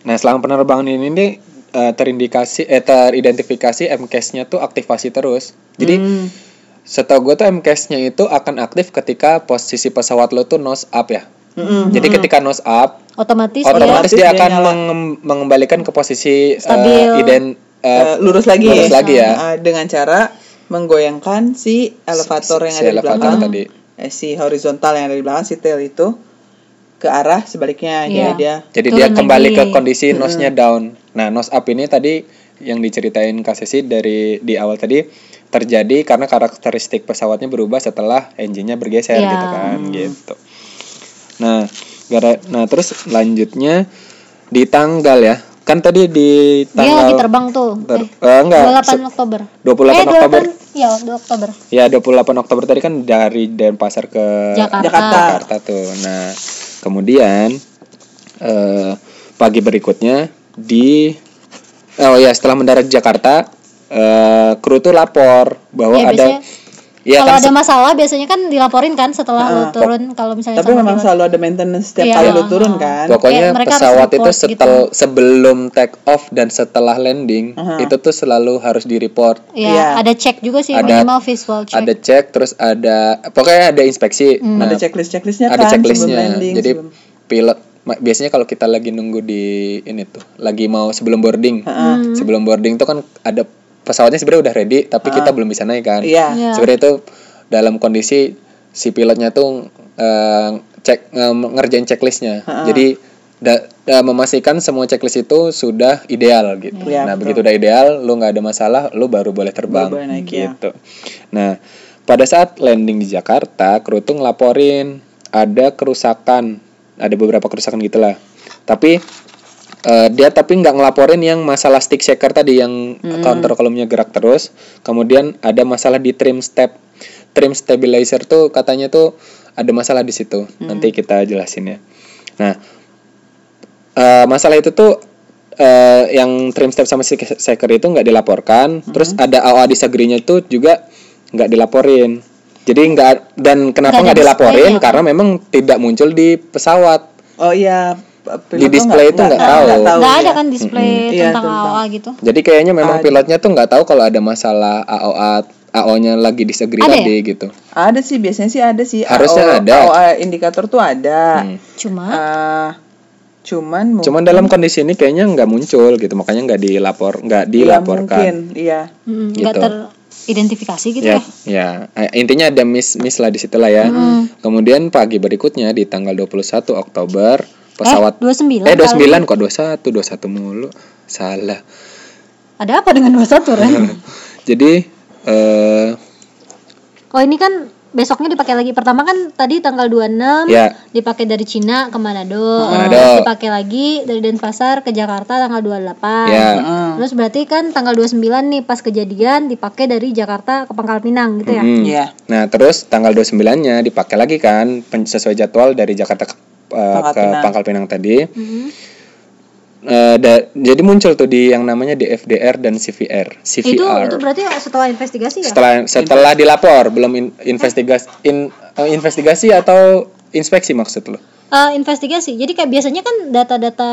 S3: nah selama penerbangan ini nih eh, terindikasi eh teridentifikasi MCAS-nya tuh aktivasi terus. Jadi
S4: Hmm.
S3: setahu gue tuh MCAS-nya itu akan aktif ketika posisi pesawat lo tuh nose up ya.
S4: Hmm.
S3: Jadi ketika nose up,
S2: Otomatis,
S3: Oh, otomatis
S4: dia
S3: dia akan
S4: nyala.
S3: mengem- mengembalikan ke posisi eh,
S2: Stabil. Iya.
S3: iden-
S4: Eh,
S3: eh,
S4: lurus lagi.
S3: Lurus lagi ya.
S4: Eh, dengan cara menggoyangkan si elevator yang
S3: si
S4: ada di
S3: elevator
S4: belakang.
S3: tadi.
S4: Eh, si horizontal yang ada di belakang si tail itu ke arah sebaliknya
S2: Iya.
S4: jadi dia
S3: Jadi
S2: Turun
S3: dia kembali
S2: lagi.
S3: ke kondisi nose-nya down. Nah, nose up ini tadi yang diceritain Kak Sesi dari di awal tadi terjadi karena karakteristik pesawatnya berubah setelah engine-nya bergeser
S2: Iya.
S3: gitu kan gitu. Nah, gara nah terus lanjutnya di tanggal ya. Kan tadi di
S2: dia lagi
S3: tanggal
S2: terbang tuh.
S3: ter-
S2: eh,
S3: eh, enggak,
S2: 28
S3: se-
S2: Oktober.
S3: 28
S2: eh, 28,
S3: Oktober.
S2: Iya, 2 Oktober.
S3: Ya 28 Oktober tadi kan dari Denpasar ke
S2: Jakarta.
S4: Jakarta.
S3: Jakarta tuh. Nah, kemudian eh, pagi berikutnya di oh ya setelah mendarat di Jakarta eh, kru tuh lapor bahwa
S2: Ya,
S3: Oh,
S2: biasanya kalau
S3: ada ya kan Ah.
S2: ada masalah biasanya kan dilaporin kan setelah lu turun kalau misalnya
S4: tapi
S2: sama
S4: memang
S2: pilot.
S4: selalu ada maintenance setiap
S2: Iya,
S4: kali lu
S2: heeh.
S4: turun kan
S3: pokoknya
S2: Kayak mereka harus
S3: pesawat itu
S2: report gitu.
S3: setel sebelum take off dan setelah landing itu tuh selalu harus di report.
S2: Ya,
S4: Iya.
S2: ada cek juga sih
S3: Ada-
S2: minimal visual check.
S3: Ada cek terus ada pokoknya ada inspeksi.
S2: Hmm.
S3: Nah,
S4: ada checklist checklistnya
S3: ada
S4: kan sebelum
S3: checklistnya
S4: landing
S3: jadi
S4: sebelum-
S3: pilot ma- biasanya kalau kita lagi nunggu di ini tuh lagi mau sebelum boarding sebelum boarding tuh kan ada pesawatnya sebenarnya udah ready tapi kita belum bisa naik kan
S4: Iya.
S2: Iya.
S3: sebenarnya itu dalam kondisi si pilotnya tuh eh, cek nge- ngerjain checklistnya jadi da- da- memastikan semua checklist itu sudah ideal gitu
S4: Iya,
S3: nah
S4: betul.
S3: begitu udah ideal lu nggak ada masalah lu baru boleh terbang
S4: Baru boleh naik, ya.
S3: gitu nah pada saat landing di Jakarta kru tuh ngelaporin ada kerusakan ada beberapa kerusakan gitulah tapi eh, dia tapi nggak ngelaporin yang masalah stick shaker tadi yang counter kolomnya gerak terus kemudian ada masalah di trim step trim stabilizer tuh katanya tuh ada masalah di situ nanti kita jelasin ya nah Eh, masalah itu tuh eh, yang trim step sama si seker itu nggak dilaporkan
S2: Mm-hmm.
S3: terus ada AOA disagree-nya itu juga nggak dilaporin jadi nggak dan
S2: Nggak
S3: kenapa nggak
S2: ada ya?
S3: dilaporin
S2: displaynya.
S3: karena memang tidak muncul di pesawat
S4: Oh iya, pilot
S3: Di
S4: tuh
S3: display
S4: nggak-
S3: itu nggak tahu.
S2: Nggak ada
S4: ya.
S2: kan display
S4: Mm-mm. Iya,
S2: tentang
S4: tentang-
S2: AOA gitu.
S3: Jadi kayaknya memang
S4: Ada.
S3: pilotnya tuh nggak tahu kalau ada masalah AOA AO-nya lagi disagree
S2: Ada ya?
S3: tadi gitu.
S4: Ada sih, biasanya sih ada sih.
S3: Harusnya
S4: AO,
S3: ada.
S4: AOA indikator tuh ada.
S3: Hmm.
S2: Cuma
S4: Eh, cuman mungkin-
S3: Cuman dalam kondisi ini kayaknya nggak muncul gitu, makanya nggak
S2: Ya,
S3: dilapor, nggak
S4: Iya,
S3: dilaporkan.
S4: mungkin, iya.
S2: mm, nggak
S3: gitu.
S2: teridentifikasi gitu
S3: ya,
S2: ya.
S3: ya. Eh, Intinya ada miss miss lah di situ lah ya. Kemudian pagi berikutnya di tanggal 21 Oktober pesawat
S2: eh, 29.
S3: eh, 29
S2: kali.
S3: kok 21 21 mulu. Salah.
S2: Ada apa dengan 21, Ren?
S3: Iya. Jadi eh
S2: oh, ini kan besoknya dipakai lagi. Pertama kan tadi tanggal 26
S3: ya
S2: dipakai dari Cina ke Manado.
S3: Ke Manado.
S2: Terus dipakai lagi dari Denpasar ke Jakarta tanggal 28.
S3: ya
S4: Heeh.
S2: Terus berarti kan tanggal 29 nih pas kejadian dipakai dari Jakarta ke Pangkal Pinang gitu ya.
S3: Mm-mm.
S4: Iya.
S3: Nah, terus tanggal 29-nya dipakai lagi kan pen- sesuai jadwal dari Jakarta ke, eh,
S4: Pangkal
S3: ke
S4: Pinang.
S3: Pangkal Pinang tadi.
S4: Mm-hmm.
S2: Mhm.
S3: Eh, da- jadi muncul tuh di yang namanya DFDR dan CVR.
S2: Itu
S4: uh,
S2: itu
S3: CVR.
S2: berarti setelah investigasi ya?
S3: setelah setelah dilapor belum in- investigasi in- eh, investigasi atau inspeksi maksud lo.
S2: Eh, investigasi. Jadi kayak biasanya kan data-data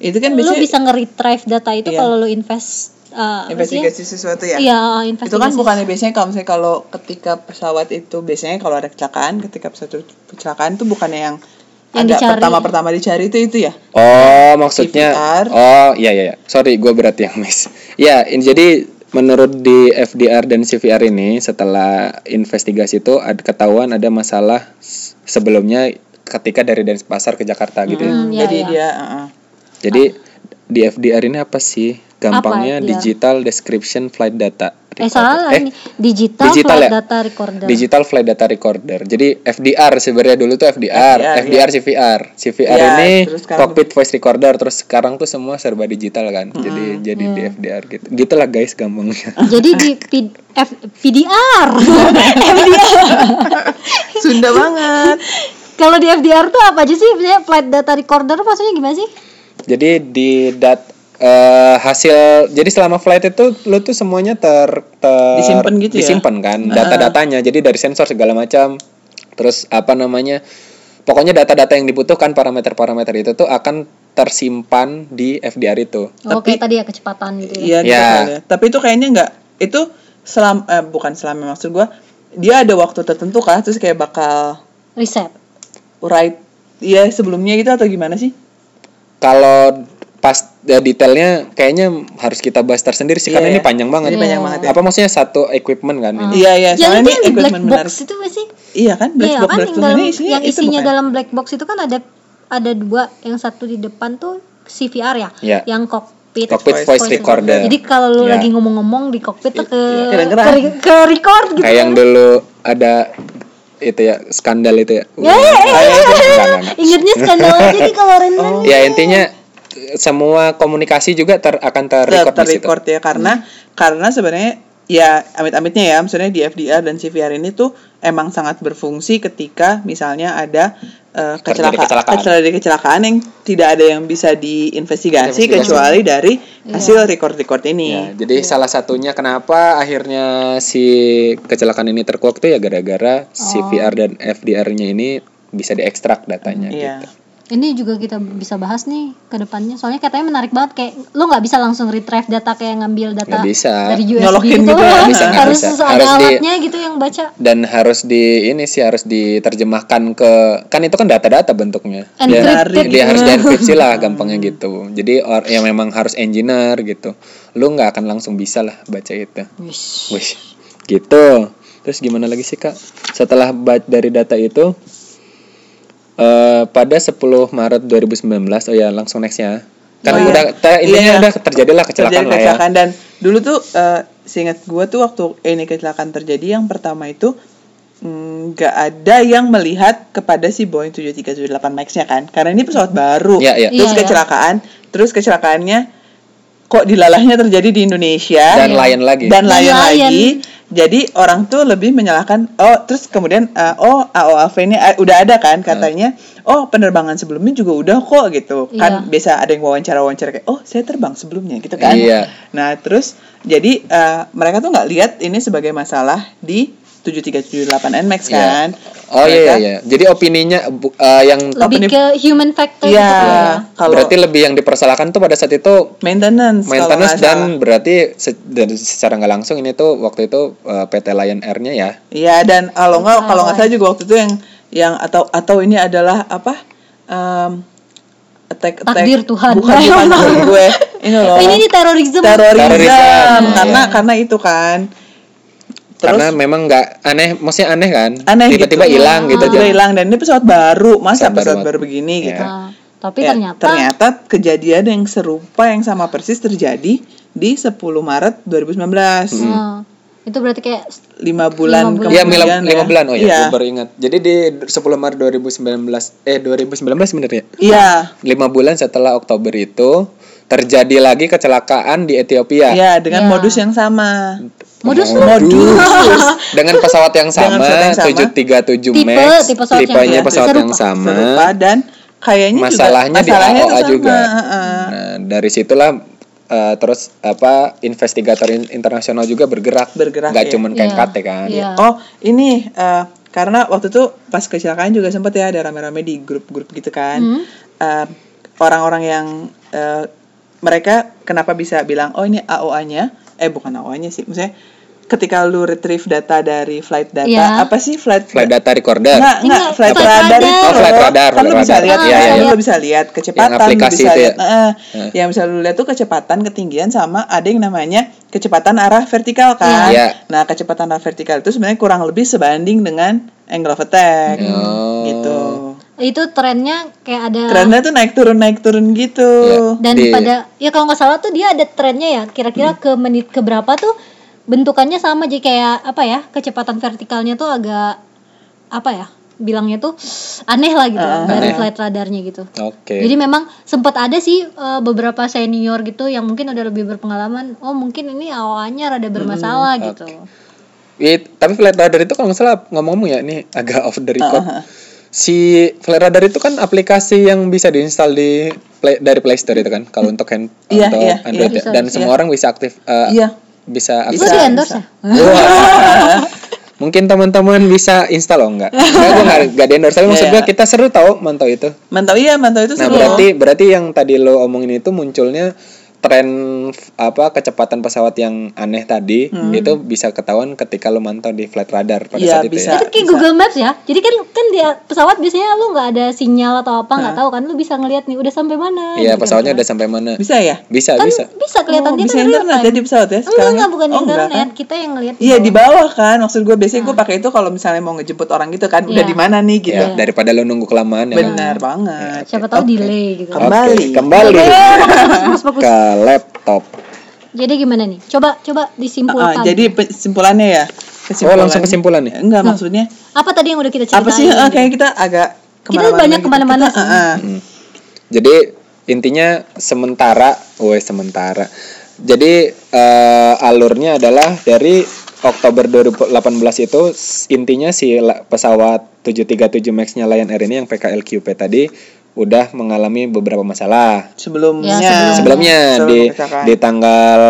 S4: Itu kan
S2: lu
S4: biasanya
S2: bisa nge-retrieve data itu
S4: Iya.
S2: kalau lu invest eh, apa sih ya?
S4: investigasi sesuatu ya.
S2: Iya, eh, investigasi.
S4: Itu kan bukannya biasanya kalau misalnya kalau ketika pesawat itu biasanya kalau ada kecelakaan, ketika pesawat itu kecelakaan tuh bukannya yang
S2: Yang
S4: ada
S2: dicari.
S4: pertama-pertama dicari itu itu ya.
S3: Oh, maksudnya
S4: CVR.
S3: oh iya iya. iya. Sorry, gue berarti yang miss. Ya, in- jadi menurut di FDR dan CVR ini setelah investigasi itu ada ketahuan ada masalah s- sebelumnya ketika dari Denpasar ke Jakarta gitu. ya.
S2: Hmm, iya,
S4: Jadi
S2: iya.
S4: dia uh-uh.
S3: Jadi di FDR ini apa sih?
S2: Apa
S3: Gampangnya
S2: dia?
S3: digital description flight data.
S2: Eh
S3: Recorder.
S2: salah
S3: Eh,
S2: ini digital,
S3: digital
S2: flight
S3: ya?
S2: data recorder.
S3: Digital Flight Data Recorder. Jadi FDR sebenarnya dulu tuh FDR,
S4: FDR,
S3: FDR, CVR. CVR
S4: Ya,
S3: ini
S4: iya. terus sekarang-
S3: cockpit voice recorder terus sekarang tuh semua serba digital kan. Jadi jadi di
S4: Mm.
S3: FDR gitu. Gitulah guys gampangnya.
S2: Jadi di P- F- PDR. FDR.
S4: Sunda banget.
S2: Kalau di FDR tuh apa aja sih? Misalnya flight data recorder tuh maksudnya gimana sih?
S3: Jadi di dat eh, hasil jadi selama flight itu lu tuh semuanya ter, ter-
S4: Disimpan gitu ya?
S3: disimpan kan data-datanya. Jadi dari sensor segala macam terus apa namanya pokoknya data-data yang dibutuhkan parameter-parameter itu tuh akan tersimpan di FDR itu.
S2: Oke,
S4: Tapi-
S2: tadi ya kecepatan gitu ya.
S4: Iya, di
S3: Ya.
S4: total ya. Tapi itu kayaknya nggak itu selam eh, bukan selama maksud gua dia ada waktu tertentu kah terus kayak bakal
S2: Reset.
S4: right Iya sebelumnya gitu atau gimana sih?
S3: kalau pas ya, detailnya kayaknya harus kita bahas tersendiri sih
S4: Iya,
S3: karena
S4: iya.
S3: ini panjang banget.
S4: Ini panjang banget ya.
S3: Apa maksudnya satu equipment kan ini?
S4: Iya iya,
S2: yang
S4: soalnya
S2: itu Hmm.
S4: ini
S2: yang di black
S4: equipment
S2: box
S4: benar.
S2: itu apa sih?
S4: Iya kan, black
S2: Iya
S4: box
S2: kan
S4: black
S2: yang,
S4: box
S2: dalam,
S4: ini isinya
S2: yang
S4: itu
S2: isinya
S4: bukan?
S2: dalam black box itu kan ada ada dua, yang satu di depan tuh CVR ya,
S3: Iya.
S2: yang cockpit.
S3: Cockpit voice recorder.
S2: Jadi kalau lu
S3: Iya.
S2: lagi ngomong-ngomong di cockpit tuh ke
S4: Iya, Kedengeran.
S2: ke, ke record gitu.
S3: Kayak yang dulu ada itu ya skandal itu ya.
S2: Ya, ya, ya,
S3: Ah,
S2: ya,
S3: itu.
S2: ya.
S3: Enggak, enggak, enggak.
S2: Ingatnya skandal aja nih kalau Ren kan. Ren.
S3: Ya intinya eh, semua komunikasi juga ter, akan terrecord
S4: ter
S3: di situ. Hmm.
S4: record ya karena karena sebenarnya ya amit-amitnya ya maksudnya di FDR dan CVR ini tuh emang sangat berfungsi ketika misalnya ada eh,
S3: Terjadi
S4: kecelaka-
S3: kecelakaan.
S4: kecelaka- kecelakaan yang tidak ada yang bisa diinvestigasi
S3: Investigasi.
S4: kecuali dari
S3: Iya.
S4: hasil record-record ini.
S3: Ya, jadi salah satunya kenapa akhirnya si kecelakaan ini terkuak tuh ya gara-gara CVR dan FDR-nya ini bisa diekstrak datanya
S4: Iya.
S3: gitu.
S2: Ini juga kita bisa bahas nih ke depannya. Soalnya katanya menarik banget kayak lu nggak bisa langsung retrieve data kayak ngambil data
S3: Nggak bisa.
S2: dari USB
S4: Nyolokin
S2: gitu.
S4: gitu ya.
S2: Harus-
S4: Bisa, nggak
S2: harus
S3: bisa.
S2: ada
S3: Harus di-
S2: alatnya gitu yang baca.
S3: dan harus di ini sih harus diterjemahkan ke kan itu kan data-data bentuknya
S4: Iya. Kan
S3: dia,
S2: Encrypted
S3: dia
S2: gitu.
S3: harus dienkripsi lah gampangnya gitu jadi or, ya memang harus engineer gitu lu nggak akan langsung bisa lah baca itu Wih, gitu terus gimana lagi sih kak setelah ba- dari data itu eh pada 10 Maret 2019 oh ya langsung nextnya kan
S4: Oh iya.
S3: udah te- intinya
S4: Iya.
S3: udah terjadilah kecelakaan
S4: terjadi
S3: lah ya
S4: kecelakaan dan dulu tuh eh, seingat gue tuh waktu ini kecelakaan terjadi yang pertama itu mm, nggak ada yang melihat kepada si Boeing 737 Max-nya kan karena ini pesawat baru
S3: Iya, iya.
S2: Iya,
S4: terus
S2: iya.
S4: kecelakaan terus kecelakaannya kok dilalahnya terjadi di Indonesia
S3: dan lain lagi
S4: dan
S2: Dan
S4: lain
S2: lain.
S4: lagi jadi orang tuh lebih menyalahkan oh terus kemudian eh, oh AOAV ini eh, udah ada kan
S3: Iya.
S4: katanya oh penerbangan sebelumnya juga udah kok gitu kan
S2: Iya.
S4: biasa ada yang wawancara wawancara kayak oh saya terbang sebelumnya gitu kan
S3: Iya.
S4: nah terus jadi eh, mereka tuh nggak lihat ini sebagai masalah di 7378 NMAX
S3: Iya.
S4: kan.
S3: Oh iya iya
S4: Mereka-
S3: iya. Jadi opininya bu- eh, yang
S2: lebih
S4: nih?
S2: ke human factor
S4: Iya,
S2: gitu ya.
S4: kalau
S3: berarti lebih yang dipersalahkan tuh pada saat itu
S4: maintenance kalau
S3: maintenance
S4: nggak salah.
S3: dan berarti se- dan secara nggak langsung ini tuh waktu itu eh, PT Lion Air-nya ya.
S4: Iya dan kalau nggak kalau nggak salah juga waktu itu yang yang atau atau ini adalah apa? Em attack, attack.
S2: Takdir Tuhan.
S4: Bukan bukan maksud gue. Ini loh.
S2: Oh, ini Iya. di terorisme.
S4: terorisme.
S3: Terorisme.
S4: Karena karena itu kan. Terus
S3: Karena memang nggak aneh, maksudnya aneh kan?
S4: aneh
S3: Tiba-tiba
S4: gitu.
S3: hilang
S2: Ah.
S3: gitu.
S4: Tiba-tiba
S3: Jadi-
S4: hilang dan ini pesawat baru. Masa
S3: Pesawat baru
S4: pesawat
S3: banget.
S4: baru, begini
S3: Iya.
S4: gitu.
S2: Nah, tapi
S4: Ya,
S2: ternyata,
S4: ternyata kejadian yang serupa yang sama persis terjadi di 10 Maret 2019.
S2: Nah, itu berarti kayak
S4: lima bulan
S2: Lima bulan.
S3: Hmm. Iya,
S4: kemudian
S3: mila-
S4: ya.
S3: lima bulan. Oh iya,
S4: Iya.
S3: gue baru ingat. Jadi di 10 Maret 2019 eh 2019 sebenarnya.
S4: Iya.
S3: 5 bulan setelah Oktober itu terjadi lagi kecelakaan di Ethiopia. Oh.
S4: Iya, dengan
S2: Iya.
S4: modus yang sama.
S2: modus lu.
S4: Modus.
S3: dengan pesawat yang
S4: Dengan
S3: sama,
S4: pesawat yang sama.
S3: 737
S2: Tipe-
S3: Max,
S2: tipe pesawat yang-
S3: tipenya
S2: iya,
S3: pesawat
S2: serupa.
S3: yang sama.
S4: Serupa dan kayaknya
S3: Masalahnya di
S4: juga masalahnya itu
S3: AOA
S4: sama,
S3: juga.
S4: heeh.
S3: Nah, dari situlah eh, terus apa investigator in- internasional juga bergerak.
S4: Bergerak,
S3: Gak
S4: iya.
S3: cuman kayak
S2: Iya,
S3: KT kan.
S2: iya.
S4: Oh, ini eh, karena waktu itu pas kecelakaan juga sempat ya ada rame-rame di grup-grup gitu kan.
S2: Hmm.
S4: Eh, Orang-orang yang eh, mereka kenapa bisa bilang oh ini AOA-nya? Eh bukan AOA-nya sih, maksudnya ketika lu retrieve data dari flight data
S2: Iya.
S4: apa sih flight
S3: Flight data recorder.
S4: Enggak, enggak,
S2: Enggak,
S4: flight
S2: flight
S4: radar
S2: radar.
S4: itu.
S2: Oh,
S3: flight Eh, radar,
S4: Kan lu
S3: flight
S4: bisa
S3: radar.
S4: lihat,
S2: Iya,
S4: kan
S2: iya.
S4: lu bisa lihat kecepatan, lu
S3: aplikasi
S4: bisa
S3: itu ya.
S4: lihat. eh, yang bisa lu lihat tuh kecepatan, ketinggian sama ada yang namanya kecepatan arah vertikal kan.
S3: Iya.
S4: Nah, kecepatan arah vertikal itu sebenarnya kurang lebih sebanding dengan angle of attack.
S3: Oh.
S4: Gitu.
S2: Itu trennya kayak ada
S4: Karena tuh naik turun naik turun gitu.
S2: dan
S3: Di-
S2: pada ya kalau nggak salah tuh dia ada trennya ya kira-kira ke menit ke berapa tuh bentukannya sama jadi kayak apa ya kecepatan vertikalnya tuh agak apa ya bilangnya tuh aneh lah gitu dari flight radarnya gitu
S3: Oke.
S2: Jadi memang sempat ada sih eh, beberapa senior gitu yang mungkin udah lebih berpengalaman. Oh mungkin ini awalnya
S3: Hmm,
S2: rada bermasalah gitu.
S3: It- tapi flight radar itu kalau nggak salah ngomong-ngomong ya ini agak off the record.
S4: Ah,
S3: Si flight radar itu kan aplikasi yang bisa diinstal di play, dari Play Store itu kan kalau untuk hand
S4: Iya,
S3: untuk
S4: iya,
S3: Android
S4: iya.
S3: ya. dan semua orang bisa aktif eh,
S4: Iya.
S3: bisa
S2: Lu
S3: aktif.
S2: di endorse ya?
S3: Wah. Mungkin teman-teman bisa install oh enggak? Enggak gua enggak enggak di endorse tapi maksud
S4: Iya.
S3: gua kita seru tau mantau itu.
S4: Mantau iya, mantau itu
S3: Nah,
S4: seru.
S3: berarti berarti yang tadi lo omongin itu munculnya tren f- apa kecepatan pesawat yang aneh tadi itu bisa ketahuan ketika lo mantau di flight radar
S4: Hmm.
S3: pada
S4: Iya,
S3: saat itu
S4: bisa.
S3: ya.
S2: Itu kayak Google Maps ya. Jadi kan kan dia pesawat biasanya lu nggak ada sinyal atau apa nggak tahu kan lu bisa ngelihat nih udah sampai mana.
S3: Nah.
S2: Gitu.
S3: Iya, pesawatnya udah sampai mana?
S4: Bisa
S3: Bisa,
S4: ya?
S3: bisa.
S2: Kan bisa kelihatan
S4: Oh,
S2: dia
S4: bisa
S2: kan real
S4: internet
S2: time.
S4: ya di pesawat ya
S2: Enggak
S4: sekarang.
S2: enggak bukan
S4: ya? Oh, enggak
S2: internet
S4: kan?
S2: kita yang ngelihat.
S4: Iya di bawah kan maksud gue biasanya gue pakai itu kalau misalnya mau ngejemput orang gitu kan
S2: Ah.
S4: udah
S2: Iya.
S4: di mana nih gitu.
S3: Ya, daripada lo nunggu kelamaan ya.
S4: Benar banget.
S2: Siapa tahu delay gitu.
S3: Oke,
S4: Kembali. Iya,
S3: kembali
S2: Fokus, fokus.
S3: ke laptop.
S2: Jadi gimana nih? Coba coba
S4: Ah,
S2: disimpulkan.
S4: jadi kesimpulannya ya.
S3: Oh,
S4: Kesimpulannya.
S3: langsung kesimpulan nih.
S4: Enggak maksudnya
S2: apa tadi yang udah kita ceritain?
S4: apa sih? ah, kayaknya kita agak kemana-mana
S2: banyak
S4: gitu.
S2: kemana-mana
S4: Kita,
S2: sih.
S4: ah, ah.
S3: Jadi intinya sementara, woi sementara. Jadi eh, alurnya adalah dari Oktober 2018 itu s- intinya si la- pesawat 737 Max-nya Lion Air ini yang PKLQP tadi udah mengalami beberapa masalah.
S4: sebelumnya.
S2: Ya, sebelum-
S3: Sebelumnya
S4: Iya. Sebelum
S3: di
S4: kecelakaan.
S3: di tanggal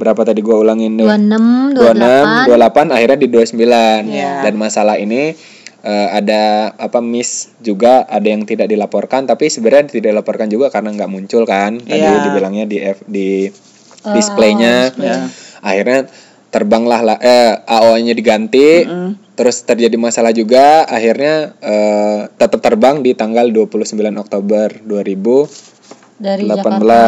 S3: berapa tadi gua ulangin deh.
S2: 26,
S3: 26,
S2: 28.
S3: 28 akhirnya di 29.
S4: Iya.
S3: Dan masalah ini eh, ada apa miss juga ada yang tidak dilaporkan tapi sebenarnya tidak dilaporkan juga karena nggak muncul kan. Tadi
S4: Iya.
S3: dibilangnya di F, di Oh, displaynya akhirnya terbanglah lah eh AO-nya diganti. Terus terjadi masalah juga akhirnya eh, tetap terbang di tanggal 29 Oktober 2018
S2: Dari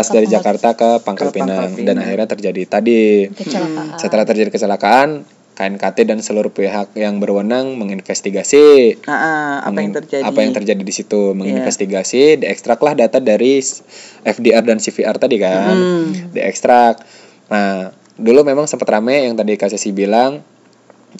S3: dari Jakarta ke Pangkal Pinang dan akhirnya terjadi tadi
S2: Kecelakaan.
S4: Ah.
S3: setelah terjadi kecelakaan, KNKT dan seluruh pihak yang berwenang menginvestigasi
S4: Ah, ah, apa yang
S3: meng-
S4: terjadi?
S3: Hmm.
S4: Iya.
S3: apa yang terjadi di situ, menginvestigasi, diekstraklah data dari s- FDR dan CVR tadi kan,
S4: Hmm.
S3: diekstrak. Nah, dulu memang sempat rame yang tadi Kak Sesi bilang,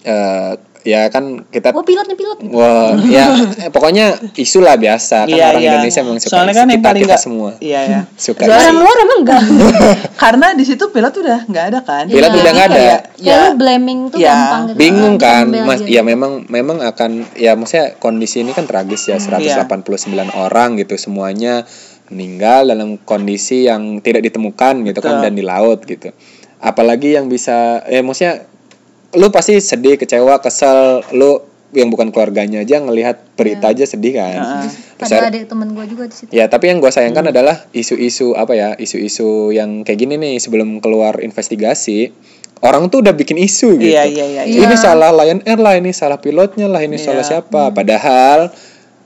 S3: eh, ya kan kita
S2: Wah pilotnya pilot.
S3: Wah, ya eh, pokoknya isu lah biasa kan
S4: Iya,
S3: orang
S4: iya.
S3: Indonesia memang suka
S4: Soalnya
S3: isu.
S4: kan yang
S3: kita,
S4: paling
S3: kita
S4: nggak-
S3: semua
S4: Iya ya.
S3: suka
S2: Orang
S3: isu.
S2: luar emang enggak.
S3: Ya.
S4: Karena di situ pilot udah nggak ada kan?
S3: Pilot
S2: Iya.
S3: udah nggak ada.
S4: Kayak-
S2: Ya,
S4: Ya.
S2: lu blaming tuh
S4: Ya.
S2: gampang gitu.
S3: bingung
S2: Bisa
S3: kan
S2: ngebel
S3: mas
S2: aja.
S3: ya memang memang akan ya maksudnya kondisi ini kan tragis ya 189 orang gitu semuanya meninggal dalam kondisi yang tidak ditemukan gitu kan dan di laut gitu apalagi yang bisa eh maksudnya lu pasti sedih, kecewa, kesel, lu yang bukan keluarganya aja ngelihat berita aja sedih kan. Terus
S2: Ada
S3: ada-
S2: adik temen gue juga di situ.
S3: Ya, tapi yang gue sayangkan adalah isu-isu apa ya, isu-isu yang kayak gini nih sebelum keluar investigasi, orang tuh udah bikin isu gitu.
S4: Iya, iya, iya,
S2: iya. Hmm.
S3: Ini salah Lion Air lah, ini salah pilotnya lah, ini salah siapa. Padahal